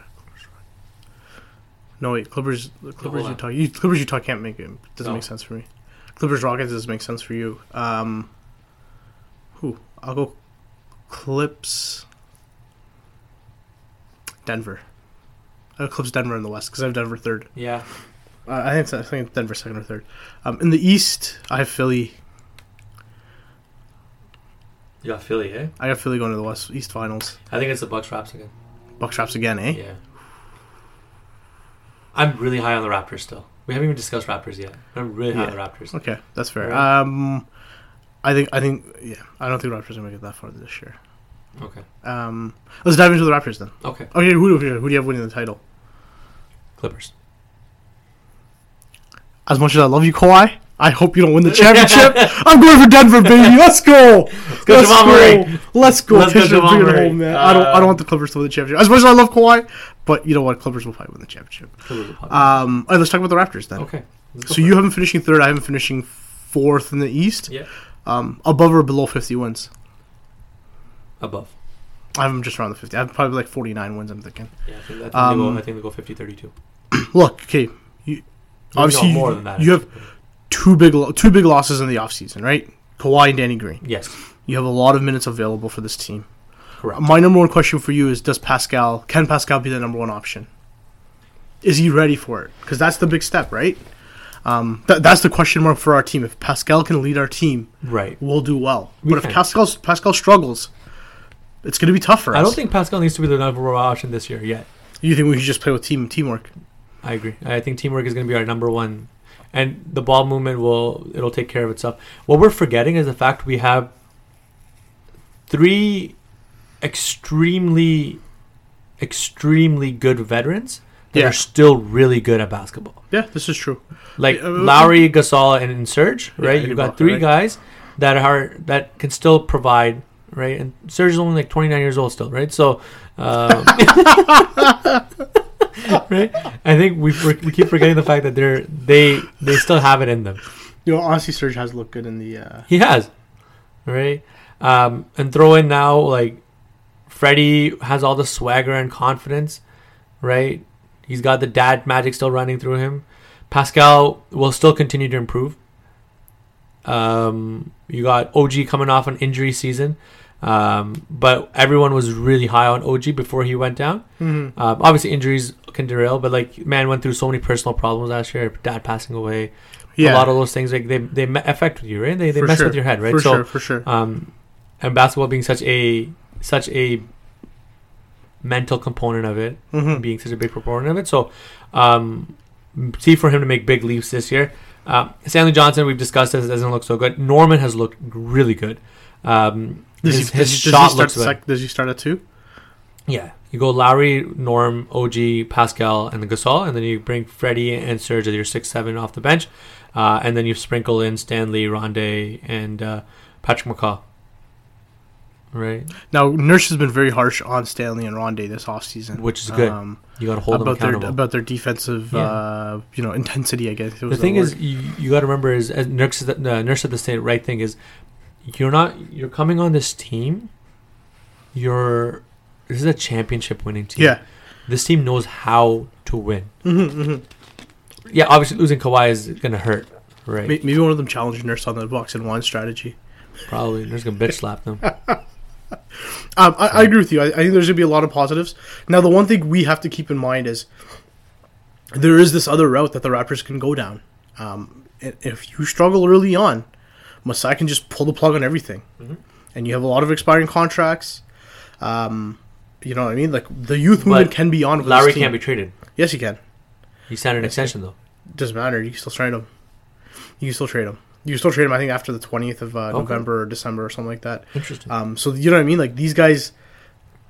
Speaker 2: No wait, Clippers Clippers
Speaker 1: hold on.
Speaker 2: Utah. You, Clippers Utah can't make it. Doesn't
Speaker 1: No.
Speaker 2: make sense for me. Clippers Rockets doesn't make sense for you. Um who? I'll go Clips Denver. I Clips Denver in the West because I have Denver third.
Speaker 1: Yeah,
Speaker 2: Uh, I think I think Denver second or third. Um, in the East, I have Philly.
Speaker 1: you got Philly, eh?
Speaker 2: I got Philly going to the West East Finals.
Speaker 1: I think it's the Bucks Raps again.
Speaker 2: Buck traps again, eh?
Speaker 1: Yeah. I'm really high on the Raptors still. We haven't even discussed Raptors yet. I'm really high on the Raptors.
Speaker 2: Okay, that's fair.
Speaker 1: Right.
Speaker 2: Um, I think I think yeah. I don't think Raptors are gonna make it that far this year.
Speaker 1: Okay.
Speaker 2: Um, let's dive into the Raptors then.
Speaker 1: Okay.
Speaker 2: Okay, who do who do you have winning the title?
Speaker 1: Clippers.
Speaker 2: As much as I love you, Kawhi, I hope you don't win the championship. I'm going for Denver, baby. Let's go. Let's
Speaker 1: go,
Speaker 2: Let's
Speaker 1: Jamal
Speaker 2: go.
Speaker 1: Murray.
Speaker 2: Let's go.
Speaker 1: Let's go,
Speaker 2: Pitch it,
Speaker 1: Jamal
Speaker 2: bring it
Speaker 1: Murray.
Speaker 2: home, man. I don't. I don't
Speaker 1: Uh,
Speaker 2: want the Clippers to win the championship. As much as I love Kawhi, but you know what? Clippers will probably win the championship.
Speaker 1: Clippers will pop.
Speaker 2: Um, all right, let's talk about the Raptors then.
Speaker 1: okay.
Speaker 2: So you have them finishing third. I have them finishing fourth in the East.
Speaker 1: Yeah.
Speaker 2: Um, above or below 50 wins.
Speaker 1: Above.
Speaker 2: I have them just around the 50. I have probably like 49 wins. I'm thinking.
Speaker 1: Yeah, I think, I think,
Speaker 2: Um,
Speaker 1: they, go, I think they go 50 32.
Speaker 2: Look, okay. You, obviously,
Speaker 1: no,
Speaker 2: you-
Speaker 1: more than that.
Speaker 2: you have two big lo- two big losses in the offseason, right? Kawhi and Danny Green.
Speaker 1: Yes.
Speaker 2: You have a lot of minutes available for this team.
Speaker 1: Correct.
Speaker 2: My number one question for you is: Does Pascal can Pascal be the number one option? Is he ready for it? Because that's the big step, right? Um, th- that's the question mark for our team. If Pascal can lead our team,
Speaker 1: Right.
Speaker 2: we'll do well.
Speaker 1: We
Speaker 2: but if
Speaker 1: can.
Speaker 2: Pascal Pascal struggles, it's going to be tough for us.
Speaker 1: I don't think Pascal needs to be the number one option this year yet.
Speaker 2: you think we should just play with team teamwork.
Speaker 1: I agree. I think teamwork is going to be our number one, and the ball movement will it'll take care of itself. What we're forgetting is the fact we have three extremely, extremely good veterans that
Speaker 2: Yeah.
Speaker 1: are still really good at basketball.
Speaker 2: Yeah, this is true.
Speaker 1: Like
Speaker 2: Yeah, uh,
Speaker 1: Lowry, Gasol, and, and Serge.
Speaker 2: Yeah,
Speaker 1: Right,
Speaker 2: and
Speaker 1: you've got
Speaker 2: Ibaka,
Speaker 1: three
Speaker 2: right.
Speaker 1: guys that are that can still provide. Right, and Serge is only like 29 years old still. Right, so. Um, right? I think we for- we keep forgetting the fact that they're they they still have it in them.
Speaker 2: You know, honestly, Serge has looked good in the. Uh,
Speaker 1: He has, right? Um, and throw in now like Freddie has all the swagger and confidence, right? He's got the dad magic still running through him. Pascal will still continue to improve. Um, you got OG coming off an injury season, um, but everyone was really high on OG before he went down.
Speaker 2: mhm.
Speaker 1: Um, obviously, injuries can derail, but like man went through so many personal problems last year. Dad passing away, a
Speaker 2: Yeah,
Speaker 1: lot of those things like they they me- affect with you, right? They they
Speaker 2: for
Speaker 1: mess
Speaker 2: sure.
Speaker 1: with your head, right?
Speaker 2: For
Speaker 1: so,
Speaker 2: sure, for sure.
Speaker 1: um, and basketball being such a such a mental component of it,
Speaker 2: Mhm.
Speaker 1: being such a big proponent of it. So, um, see for him to make big leaps this year. Uh, Stanley Johnson, we've discussed this, doesn't look so good. Norman has looked really good. Um,
Speaker 2: Does,
Speaker 1: his,
Speaker 2: he,
Speaker 1: his
Speaker 2: does, he- does
Speaker 1: shot
Speaker 2: he start
Speaker 1: looks
Speaker 2: sec-
Speaker 1: better.
Speaker 2: does he start at two?
Speaker 1: Yeah, you go Lowry, Norm, OG, Pascal, and the Gasol, and then you bring Freddie and Serge as your six seven off the bench, uh, and then you sprinkle in Stanley, Rondé, and uh, Patrick McCaw. Right,
Speaker 2: Now, Nurse has been very harsh on Stanley and Rondé this offseason.
Speaker 1: Which is good.
Speaker 2: Um,
Speaker 1: you got to hold them
Speaker 2: about their
Speaker 1: accountable.
Speaker 2: about their defensive,
Speaker 1: Yeah.
Speaker 2: uh, you know, intensity. I guess it
Speaker 1: the
Speaker 2: was
Speaker 1: thing
Speaker 2: word.
Speaker 1: is, you, you got to remember is as nurse said that- uh, nurse at the state right thing is, you're not you're coming on this team. You're this is a championship winning team.
Speaker 2: yeah,
Speaker 1: this team knows how to win.
Speaker 2: mm-hmm, mm-hmm.
Speaker 1: Yeah, obviously losing Kawhi is gonna hurt. Right.
Speaker 2: maybe one of them challenged Nurse on the box and one strategy.
Speaker 1: Probably. There's gonna bitch slap them.
Speaker 2: Um, I, I agree with you. I, I think there's going to be a lot of positives. Now, the one thing we have to keep in mind is there is this other route that the Raptors can go down. Um, i- if you struggle early on, Masai can just pull the plug on everything,
Speaker 1: Mm-hmm.
Speaker 2: and you have a lot of expiring contracts. Um, you know what I mean? Like the youth movement can be on. With
Speaker 1: Lowry
Speaker 2: this team.
Speaker 1: can't be traded.
Speaker 2: Yes, you can.
Speaker 1: He signed an extension though.
Speaker 2: Doesn't matter. You can still trade him. You can still trade him. You can still trade him. I think after the twentieth of uh,
Speaker 1: Okay.
Speaker 2: November or December or something like that.
Speaker 1: Interesting.
Speaker 2: Um, so you know what I mean? Like these guys,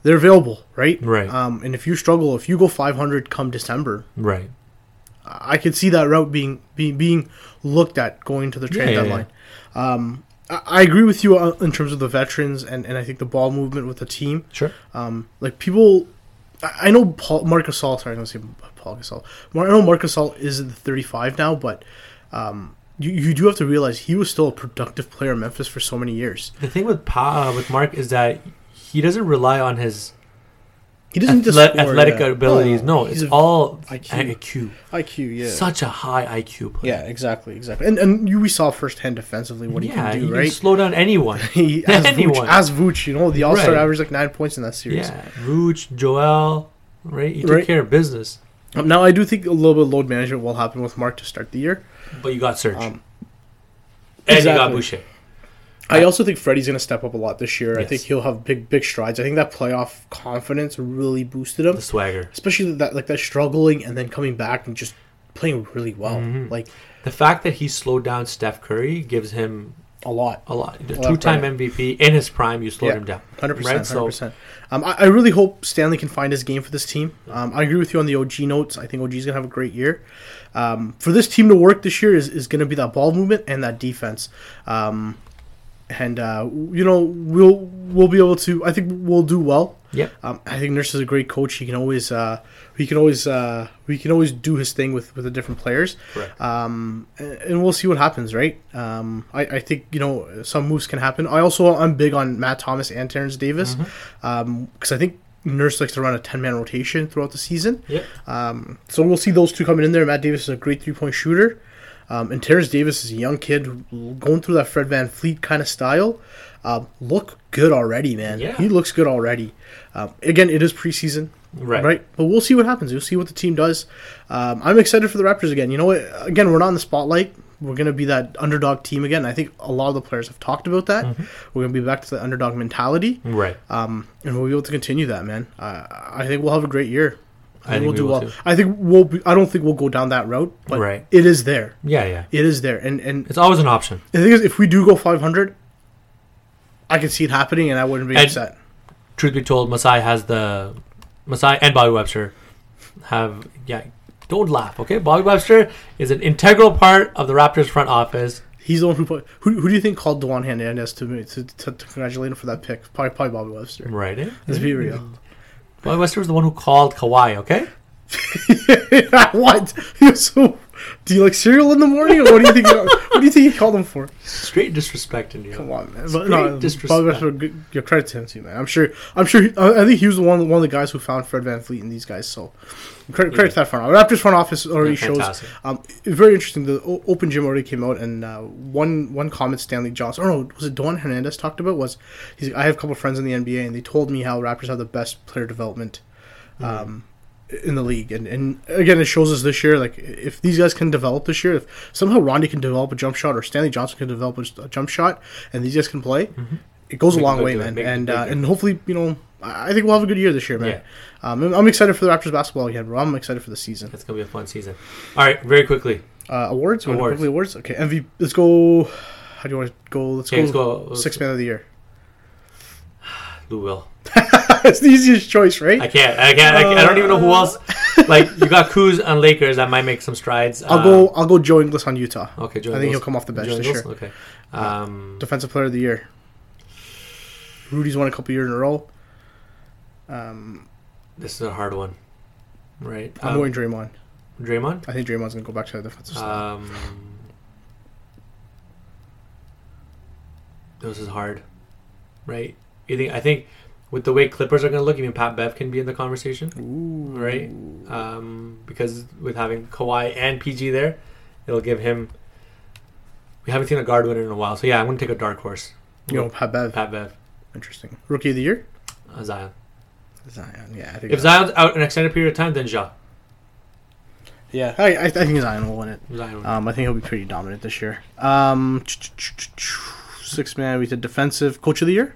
Speaker 2: they're available, right?
Speaker 1: Right.
Speaker 2: Um, and if you struggle, if you go 500 come December,
Speaker 1: right.
Speaker 2: I I could see that route being being being looked at going to the
Speaker 1: Yeah,
Speaker 2: trade
Speaker 1: yeah,
Speaker 2: deadline. Um, I, I agree with you uh, in terms of the veterans and, and I think the ball movement with the team.
Speaker 1: Sure.
Speaker 2: Um, like people, I I know Paul Marcus Gasol. Sorry, I'm gonna say Paul Gasol. Mar- I know Marcus Gasol is at the 35 now, but um, you you do have to realize he was still a productive player in Memphis for so many years.
Speaker 1: The thing with pa, uh, with Mark is that he doesn't rely on his
Speaker 2: He doesn't just
Speaker 1: athle-
Speaker 2: score,
Speaker 1: athletic
Speaker 2: yeah.
Speaker 1: abilities. No,
Speaker 2: he's
Speaker 1: it's
Speaker 2: a-
Speaker 1: all
Speaker 2: IQ. IQ. Yeah.
Speaker 1: Such a high IQ player.
Speaker 2: yeah, exactly, exactly, and and you, we saw firsthand defensively what he
Speaker 1: Yeah,
Speaker 2: can
Speaker 1: he
Speaker 2: do,
Speaker 1: can
Speaker 2: right?
Speaker 1: slow down anyone.
Speaker 2: He, as, Vooch,
Speaker 1: Anyone.
Speaker 2: as Vooch, you know, the All Star
Speaker 1: Right.
Speaker 2: averaged like nine points in that series.
Speaker 1: yeah, Vooch, Joel, right? He took
Speaker 2: Right.
Speaker 1: care of business.
Speaker 2: Um, now, I do think a little bit of load management will happen with Mark to start the year.
Speaker 1: But you got Serge.
Speaker 2: Um,
Speaker 1: and you got
Speaker 2: exactly.
Speaker 1: Boucher.
Speaker 2: I also think Freddie's going to step up a lot this year. I
Speaker 1: Yes.
Speaker 2: think he'll have big, big strides. I think that playoff confidence really boosted him,
Speaker 1: The swagger.
Speaker 2: especially that like that struggling and then coming back and just playing really well,
Speaker 1: Mm-hmm.
Speaker 2: like
Speaker 1: The fact that he slowed down Steph Curry gives him
Speaker 2: a lot.
Speaker 1: a lot. The
Speaker 2: Well,
Speaker 1: two time
Speaker 2: credit.
Speaker 1: MVP in his prime, you slowed
Speaker 2: Yeah.
Speaker 1: him down.
Speaker 2: Hundred
Speaker 1: Right,
Speaker 2: percent,
Speaker 1: so-
Speaker 2: hundred percent. Um, I, I really hope Stanley can find his game for this team. Um, I agree with you on the OG notes. I think OG's gonna have a great year. Um, for this team to work this year is, is gonna be that ball movement and that defense. Um, and uh, you know we'll we'll be able to. I think we'll do well.
Speaker 1: Yep.
Speaker 2: Um, I think Nurse is a great coach. He can always uh, he can always uh, we can always do his thing with with the different players.
Speaker 1: Correct.
Speaker 2: Um, and- and we'll see what happens, right? Um, I, I think you know some moves can happen. I also I'm big on Matt Thomas and Terrence Davis because I think Nurse likes to run a ten man rotation throughout the season.
Speaker 1: Yep.
Speaker 2: Um, so we'll see those two coming in there. Matt Davis is a great three point shooter. Um, and Terrence Davis is a young kid who- going through that Fred Van Fleet kind of style. Um, look good already, man.
Speaker 1: Yeah.
Speaker 2: He looks good already. Um, again, it is preseason,
Speaker 1: Right.
Speaker 2: But we'll see what happens. We'll see what the team does. Um, I'm excited for the Raptors again. You know, what? again, we're not in the spotlight. we're gonna be that underdog team again. I think a lot of the players have talked about that.
Speaker 1: Mm-hmm.
Speaker 2: We're gonna be back to the underdog mentality,
Speaker 1: Right.
Speaker 2: um, and we'll be able to continue that, man. I I think we'll have a great year.
Speaker 1: I think
Speaker 2: we'll
Speaker 1: we
Speaker 2: do
Speaker 1: will
Speaker 2: well.
Speaker 1: too.
Speaker 2: I think we'll. Be, I don't think we'll go down that route, but
Speaker 1: Right.
Speaker 2: it is there.
Speaker 1: Yeah, yeah.
Speaker 2: It is there, and and
Speaker 1: It's always an option.
Speaker 2: the thing is, if we do go 500, I could see it happening, and I wouldn't be
Speaker 1: And-
Speaker 2: upset.
Speaker 1: Truth be told, Masai has the Masai and Bobby Webster have yeah. Don't laugh, okay? Bobby Webster is an integral part of the Raptors front office.
Speaker 2: He's the one who put. Who, who do you think called Dewan Hernandez to, me- to, to to congratulate him for that pick? Probably, probably Bobby Webster.
Speaker 1: Right? eh?
Speaker 2: Let's be real.
Speaker 1: Bobby Webster was the one who called Kawhi, okay?
Speaker 2: what? You're so. Do you like cereal in the morning, or what do you think? what do you think he called him for?
Speaker 1: Straight disrespect into you.
Speaker 2: Come on, man.
Speaker 1: It's
Speaker 2: But,
Speaker 1: great
Speaker 2: no,
Speaker 1: disrespect.
Speaker 2: Bobby Webster, good- your credit to him too, man. I'm sure. I'm sure. He, I I think he was the one, one of the guys who found Fred Van Fleet and these guys. So, credit, credit to that front office. Raptors front office already
Speaker 1: They're
Speaker 2: shows.
Speaker 1: fantastic.
Speaker 2: Um, very interesting. The o- open gym already came out, and uh, one one comment Stanley Johnson, or no, was it Don Hernandez talked about was, he's, I have a couple friends in the NBA, and they told me how Raptors have the best player development. Um, in the league, and, and again, it shows us this year. Like, if these guys can develop this year, if somehow Rondi can develop a jump shot, or Stanley Johnson can develop a, a jump shot, and these guys can play, it
Speaker 1: Mm-hmm. Make
Speaker 2: goes a
Speaker 1: it
Speaker 2: long
Speaker 1: look
Speaker 2: way,
Speaker 1: good.
Speaker 2: man.
Speaker 1: Make it
Speaker 2: And
Speaker 1: look
Speaker 2: uh,
Speaker 1: good.
Speaker 2: and hopefully, you know, I I think we'll have a good year this year, man. Um, I'm- I'm excited for the Raptors basketball again, bro. I'm excited for the season.
Speaker 1: It's gonna be a fun season. All right, very quickly.
Speaker 2: Uh, awards, You wanna
Speaker 1: Awards.
Speaker 2: quickly awards. Okay, MVP. Let's go. How do you want to go? Let's
Speaker 1: Okay, let's
Speaker 2: go.
Speaker 1: go.
Speaker 2: Six man of the year.
Speaker 1: Lou Will.
Speaker 2: it's the easiest choice,
Speaker 1: I
Speaker 2: right?
Speaker 1: can't. I can't. I, can't- I don't even know who else. Like you got Kuz on Lakers that might make some strides.
Speaker 2: Oh.
Speaker 1: Um,
Speaker 2: I'll go. I'll go. Joe Inglis on Utah.
Speaker 1: Okay, Joe
Speaker 2: I think he'll
Speaker 1: Ingles.
Speaker 2: come off the bench
Speaker 1: uh, Joe
Speaker 2: this
Speaker 1: Ingles?
Speaker 2: year.
Speaker 1: Okay. Um,
Speaker 2: Defensive player of the year. Rudy's won a couple years in a row. Um,
Speaker 1: this is a hard one, right?
Speaker 2: I'm
Speaker 1: Um,
Speaker 2: going Draymond.
Speaker 1: Draymond.
Speaker 2: I think Draymond's gonna go back to the defensive side.
Speaker 1: Um, this is hard, right? You think? I think with the way Clippers are going to look, even Pat Bev can be in the conversation.
Speaker 2: Ooh.
Speaker 1: right? Um, because with having Kawhi and PG there, it'll give him. We haven't seen a guard winner in a while, so yeah, I'm going to take a dark horse.
Speaker 2: You know, Pat Bev.
Speaker 1: Pat Bev,
Speaker 2: Interesting. Rookie of the year.
Speaker 1: uh, Zion.
Speaker 2: Zion. Yeah, I think.
Speaker 1: If Zion's out an extended period of time, then Ja.
Speaker 2: Yeah, I, I, I think Zion will win it.
Speaker 1: Zion.
Speaker 2: Um, I think he'll be pretty dominant this year. Um, six man. We did defensive coach of the year.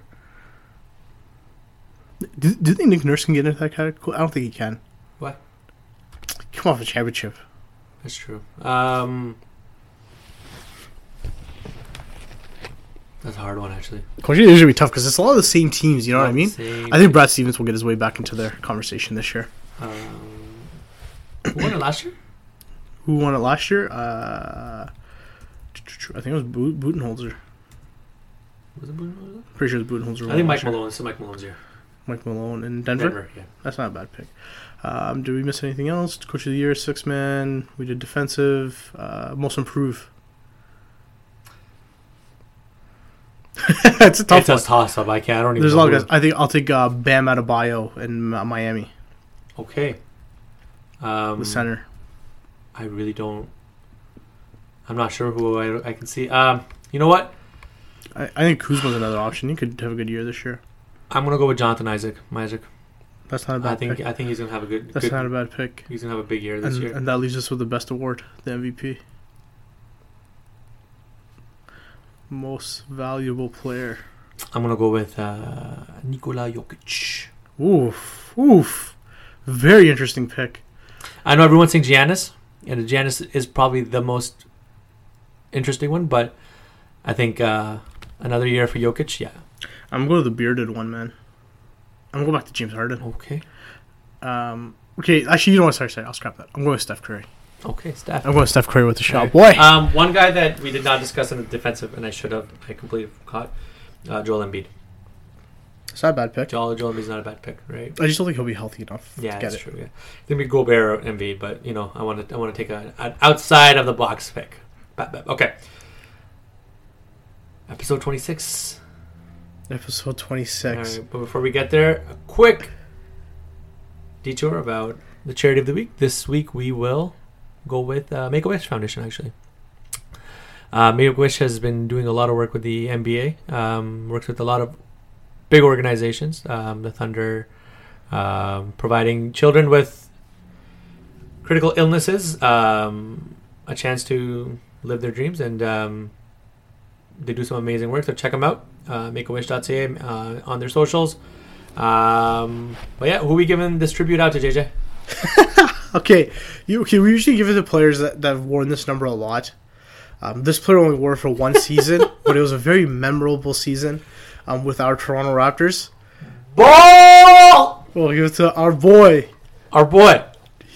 Speaker 2: Do, do you think Nick Nurse can get into that category? I don't think he can.
Speaker 1: Why?
Speaker 2: Come off a championship.
Speaker 1: That's true. Um, that's a hard one, actually.
Speaker 2: Coach of the year is gonna be tough because it's a lot of the same teams. You know what I mean?
Speaker 1: Same.
Speaker 2: I think Brad Stevens will get his way back into their conversation this year.
Speaker 1: Um, who won it last year?
Speaker 2: Who won it last year? Uh, I think it was Bu- Budenholzer.
Speaker 1: Was it Boone?
Speaker 2: Pretty sure it was Budenholzer.
Speaker 1: I think
Speaker 2: won
Speaker 1: Mike
Speaker 2: last year.
Speaker 1: Malone. This is Mike Malone's year.
Speaker 2: Mike Malone in Denver.
Speaker 1: Denver. Yeah.
Speaker 2: That's not a bad pick. Um, did we miss anything else? Coach of the year, six man. We did defensive, uh, most improved. it's a tough
Speaker 1: It's
Speaker 2: one.
Speaker 1: a toss up. I can't. I don't even.
Speaker 2: There's a
Speaker 1: know
Speaker 2: lot of
Speaker 1: who-
Speaker 2: guys. I think I'll take uh, Bam Adebayo in uh, Miami,
Speaker 1: Okay. Um,
Speaker 2: the center.
Speaker 1: I really don't. I'm not sure who I, I can see. Um, you know what?
Speaker 2: I, I think Kuzma's another option. He could have a good year this year.
Speaker 1: I'm gonna go with Jonathan Isaac. Isaac.
Speaker 2: That's not a bad
Speaker 1: I think
Speaker 2: pick.
Speaker 1: I think he's gonna have a good.
Speaker 2: That's
Speaker 1: good
Speaker 2: not a bad pick.
Speaker 1: he's gonna have a big year this
Speaker 2: And,
Speaker 1: year.
Speaker 2: and that leaves us with the best award, the MVP. Most valuable player.
Speaker 1: I'm gonna go with uh, Nikola Jokic.
Speaker 2: Oof, oof. Very interesting pick.
Speaker 1: I know everyone's saying Giannis, and Giannis is probably the most interesting one, but I think uh, another year for Jokic. Yeah.
Speaker 2: I'm going to the bearded one, man. I'm going back to James Harden.
Speaker 1: Okay.
Speaker 2: Um, okay, actually, you know what? Sorry, sorry. I'll scrap that. I'm going with Steph Curry.
Speaker 1: Okay, Steph.
Speaker 2: I'm going with Steph Curry with the shot.
Speaker 1: Alright.
Speaker 2: Oh, Boy,
Speaker 1: Um, one guy that we did not discuss in the defensive, and I should have, I completely caught, uh, Joel Embiid.
Speaker 2: it's not a bad pick.
Speaker 1: Joel, Joel Embiid's not a bad pick, right?
Speaker 2: I just don't think he'll be healthy enough
Speaker 1: Yeah,
Speaker 2: to get
Speaker 1: that's
Speaker 2: it.
Speaker 1: true. Yeah, think we Gobert or Embiid, but you know, I want to I want to take a, an outside of the box pick. Bap, bap. Okay. Episode twenty six.
Speaker 2: Episode 26.
Speaker 1: but before we get there, a quick detour about the charity of the week. This week we will go with uh, Make a Wish Foundation. Actually, uh, Make a Wish has been doing a lot of work with the NBA. Um, works with a lot of big organizations. Um, the Thunder um, providing children with critical illnesses um, a chance to live their dreams, and um, they do some amazing work. So check them out, uh, makeawish.ca uh, on their socials. Um, but yeah, who we giving this tribute out to, JJ?
Speaker 2: Okay, you okay? We usually give it to players that, that have worn this number a lot. Um, this player only wore it for one season, but it was a very memorable season um, with our Toronto Raptors.
Speaker 1: Ball,
Speaker 2: We'll give it to our boy
Speaker 1: our boy.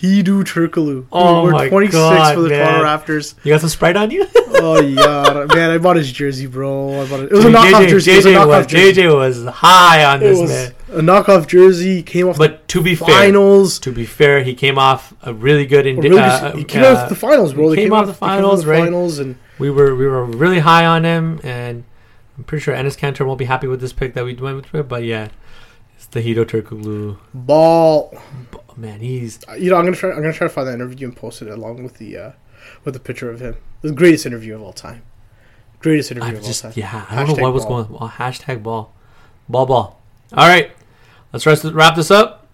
Speaker 2: Hidu Turkoglu. who
Speaker 1: Oh
Speaker 2: wore
Speaker 1: my
Speaker 2: 26
Speaker 1: God,
Speaker 2: for the
Speaker 1: man.
Speaker 2: Toronto Raptors.
Speaker 1: You got some Sprite on you?
Speaker 2: Oh yeah, man! I bought his jersey, bro. I bought it. It was a knockoff
Speaker 1: JJ,
Speaker 2: jersey. it was a
Speaker 1: JJ
Speaker 2: knockoff
Speaker 1: was,
Speaker 2: jersey.
Speaker 1: JJ was high on
Speaker 2: It
Speaker 1: this
Speaker 2: was
Speaker 1: man.
Speaker 2: a knockoff jersey. Came off
Speaker 1: But to be
Speaker 2: the
Speaker 1: fair,
Speaker 2: finals.
Speaker 1: to be fair, he came off a really good.
Speaker 2: Or
Speaker 1: Indi-
Speaker 2: really
Speaker 1: uh,
Speaker 2: just- he came
Speaker 1: uh,
Speaker 2: off the finals, bro.
Speaker 1: he
Speaker 2: They
Speaker 1: came off the
Speaker 2: they came
Speaker 1: finals, right?
Speaker 2: Finals and
Speaker 1: we were we were really high on him, and I'm pretty sure Ennis Cantor won't be happy with this pick that we went with. But yeah, it's the Hito Turkoglu.
Speaker 2: ball.
Speaker 1: Oh, man, he's
Speaker 2: You know, I'm gonna try. I'm gonna try to find that interview and post it along with the uh, with the picture of him. The greatest interview of all time. Greatest interview
Speaker 1: I
Speaker 2: of all
Speaker 1: just
Speaker 2: time.
Speaker 1: yeah. I don't know
Speaker 2: Hashtag
Speaker 1: what was
Speaker 2: ball.
Speaker 1: going. on. hashtag ball, ball, ball. All right, let's rest, wrap this up.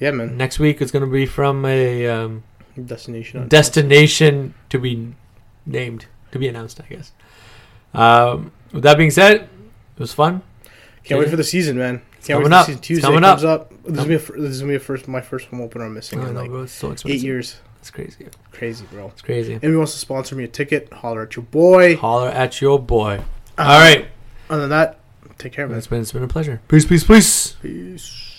Speaker 2: Yeah, man.
Speaker 1: Next week it's going to be from a um,
Speaker 2: Destination. on-
Speaker 1: destination to be named, to be announced, I guess. Um, with that being said, it was fun.
Speaker 2: Can't wait for the season, man. Can't
Speaker 1: coming
Speaker 2: wait for the
Speaker 1: up.
Speaker 2: season.
Speaker 1: It's
Speaker 2: Tuesday
Speaker 1: coming
Speaker 2: comes up. This is gonna be a, fir- this is gonna be a first my first home opener I'm missing
Speaker 1: I
Speaker 2: in
Speaker 1: know,
Speaker 2: like
Speaker 1: bro, it's so expensive.
Speaker 2: eight years.
Speaker 1: It's crazy.
Speaker 2: Crazy, bro.
Speaker 1: It's crazy.
Speaker 2: If he wants to sponsor me a ticket, holler at your boy.
Speaker 1: Holler at your boy.
Speaker 2: Uh,
Speaker 1: All right.
Speaker 2: Other than that, take care, man.
Speaker 1: It's been, it's been a pleasure. Peace, peace, peace.
Speaker 2: Peace.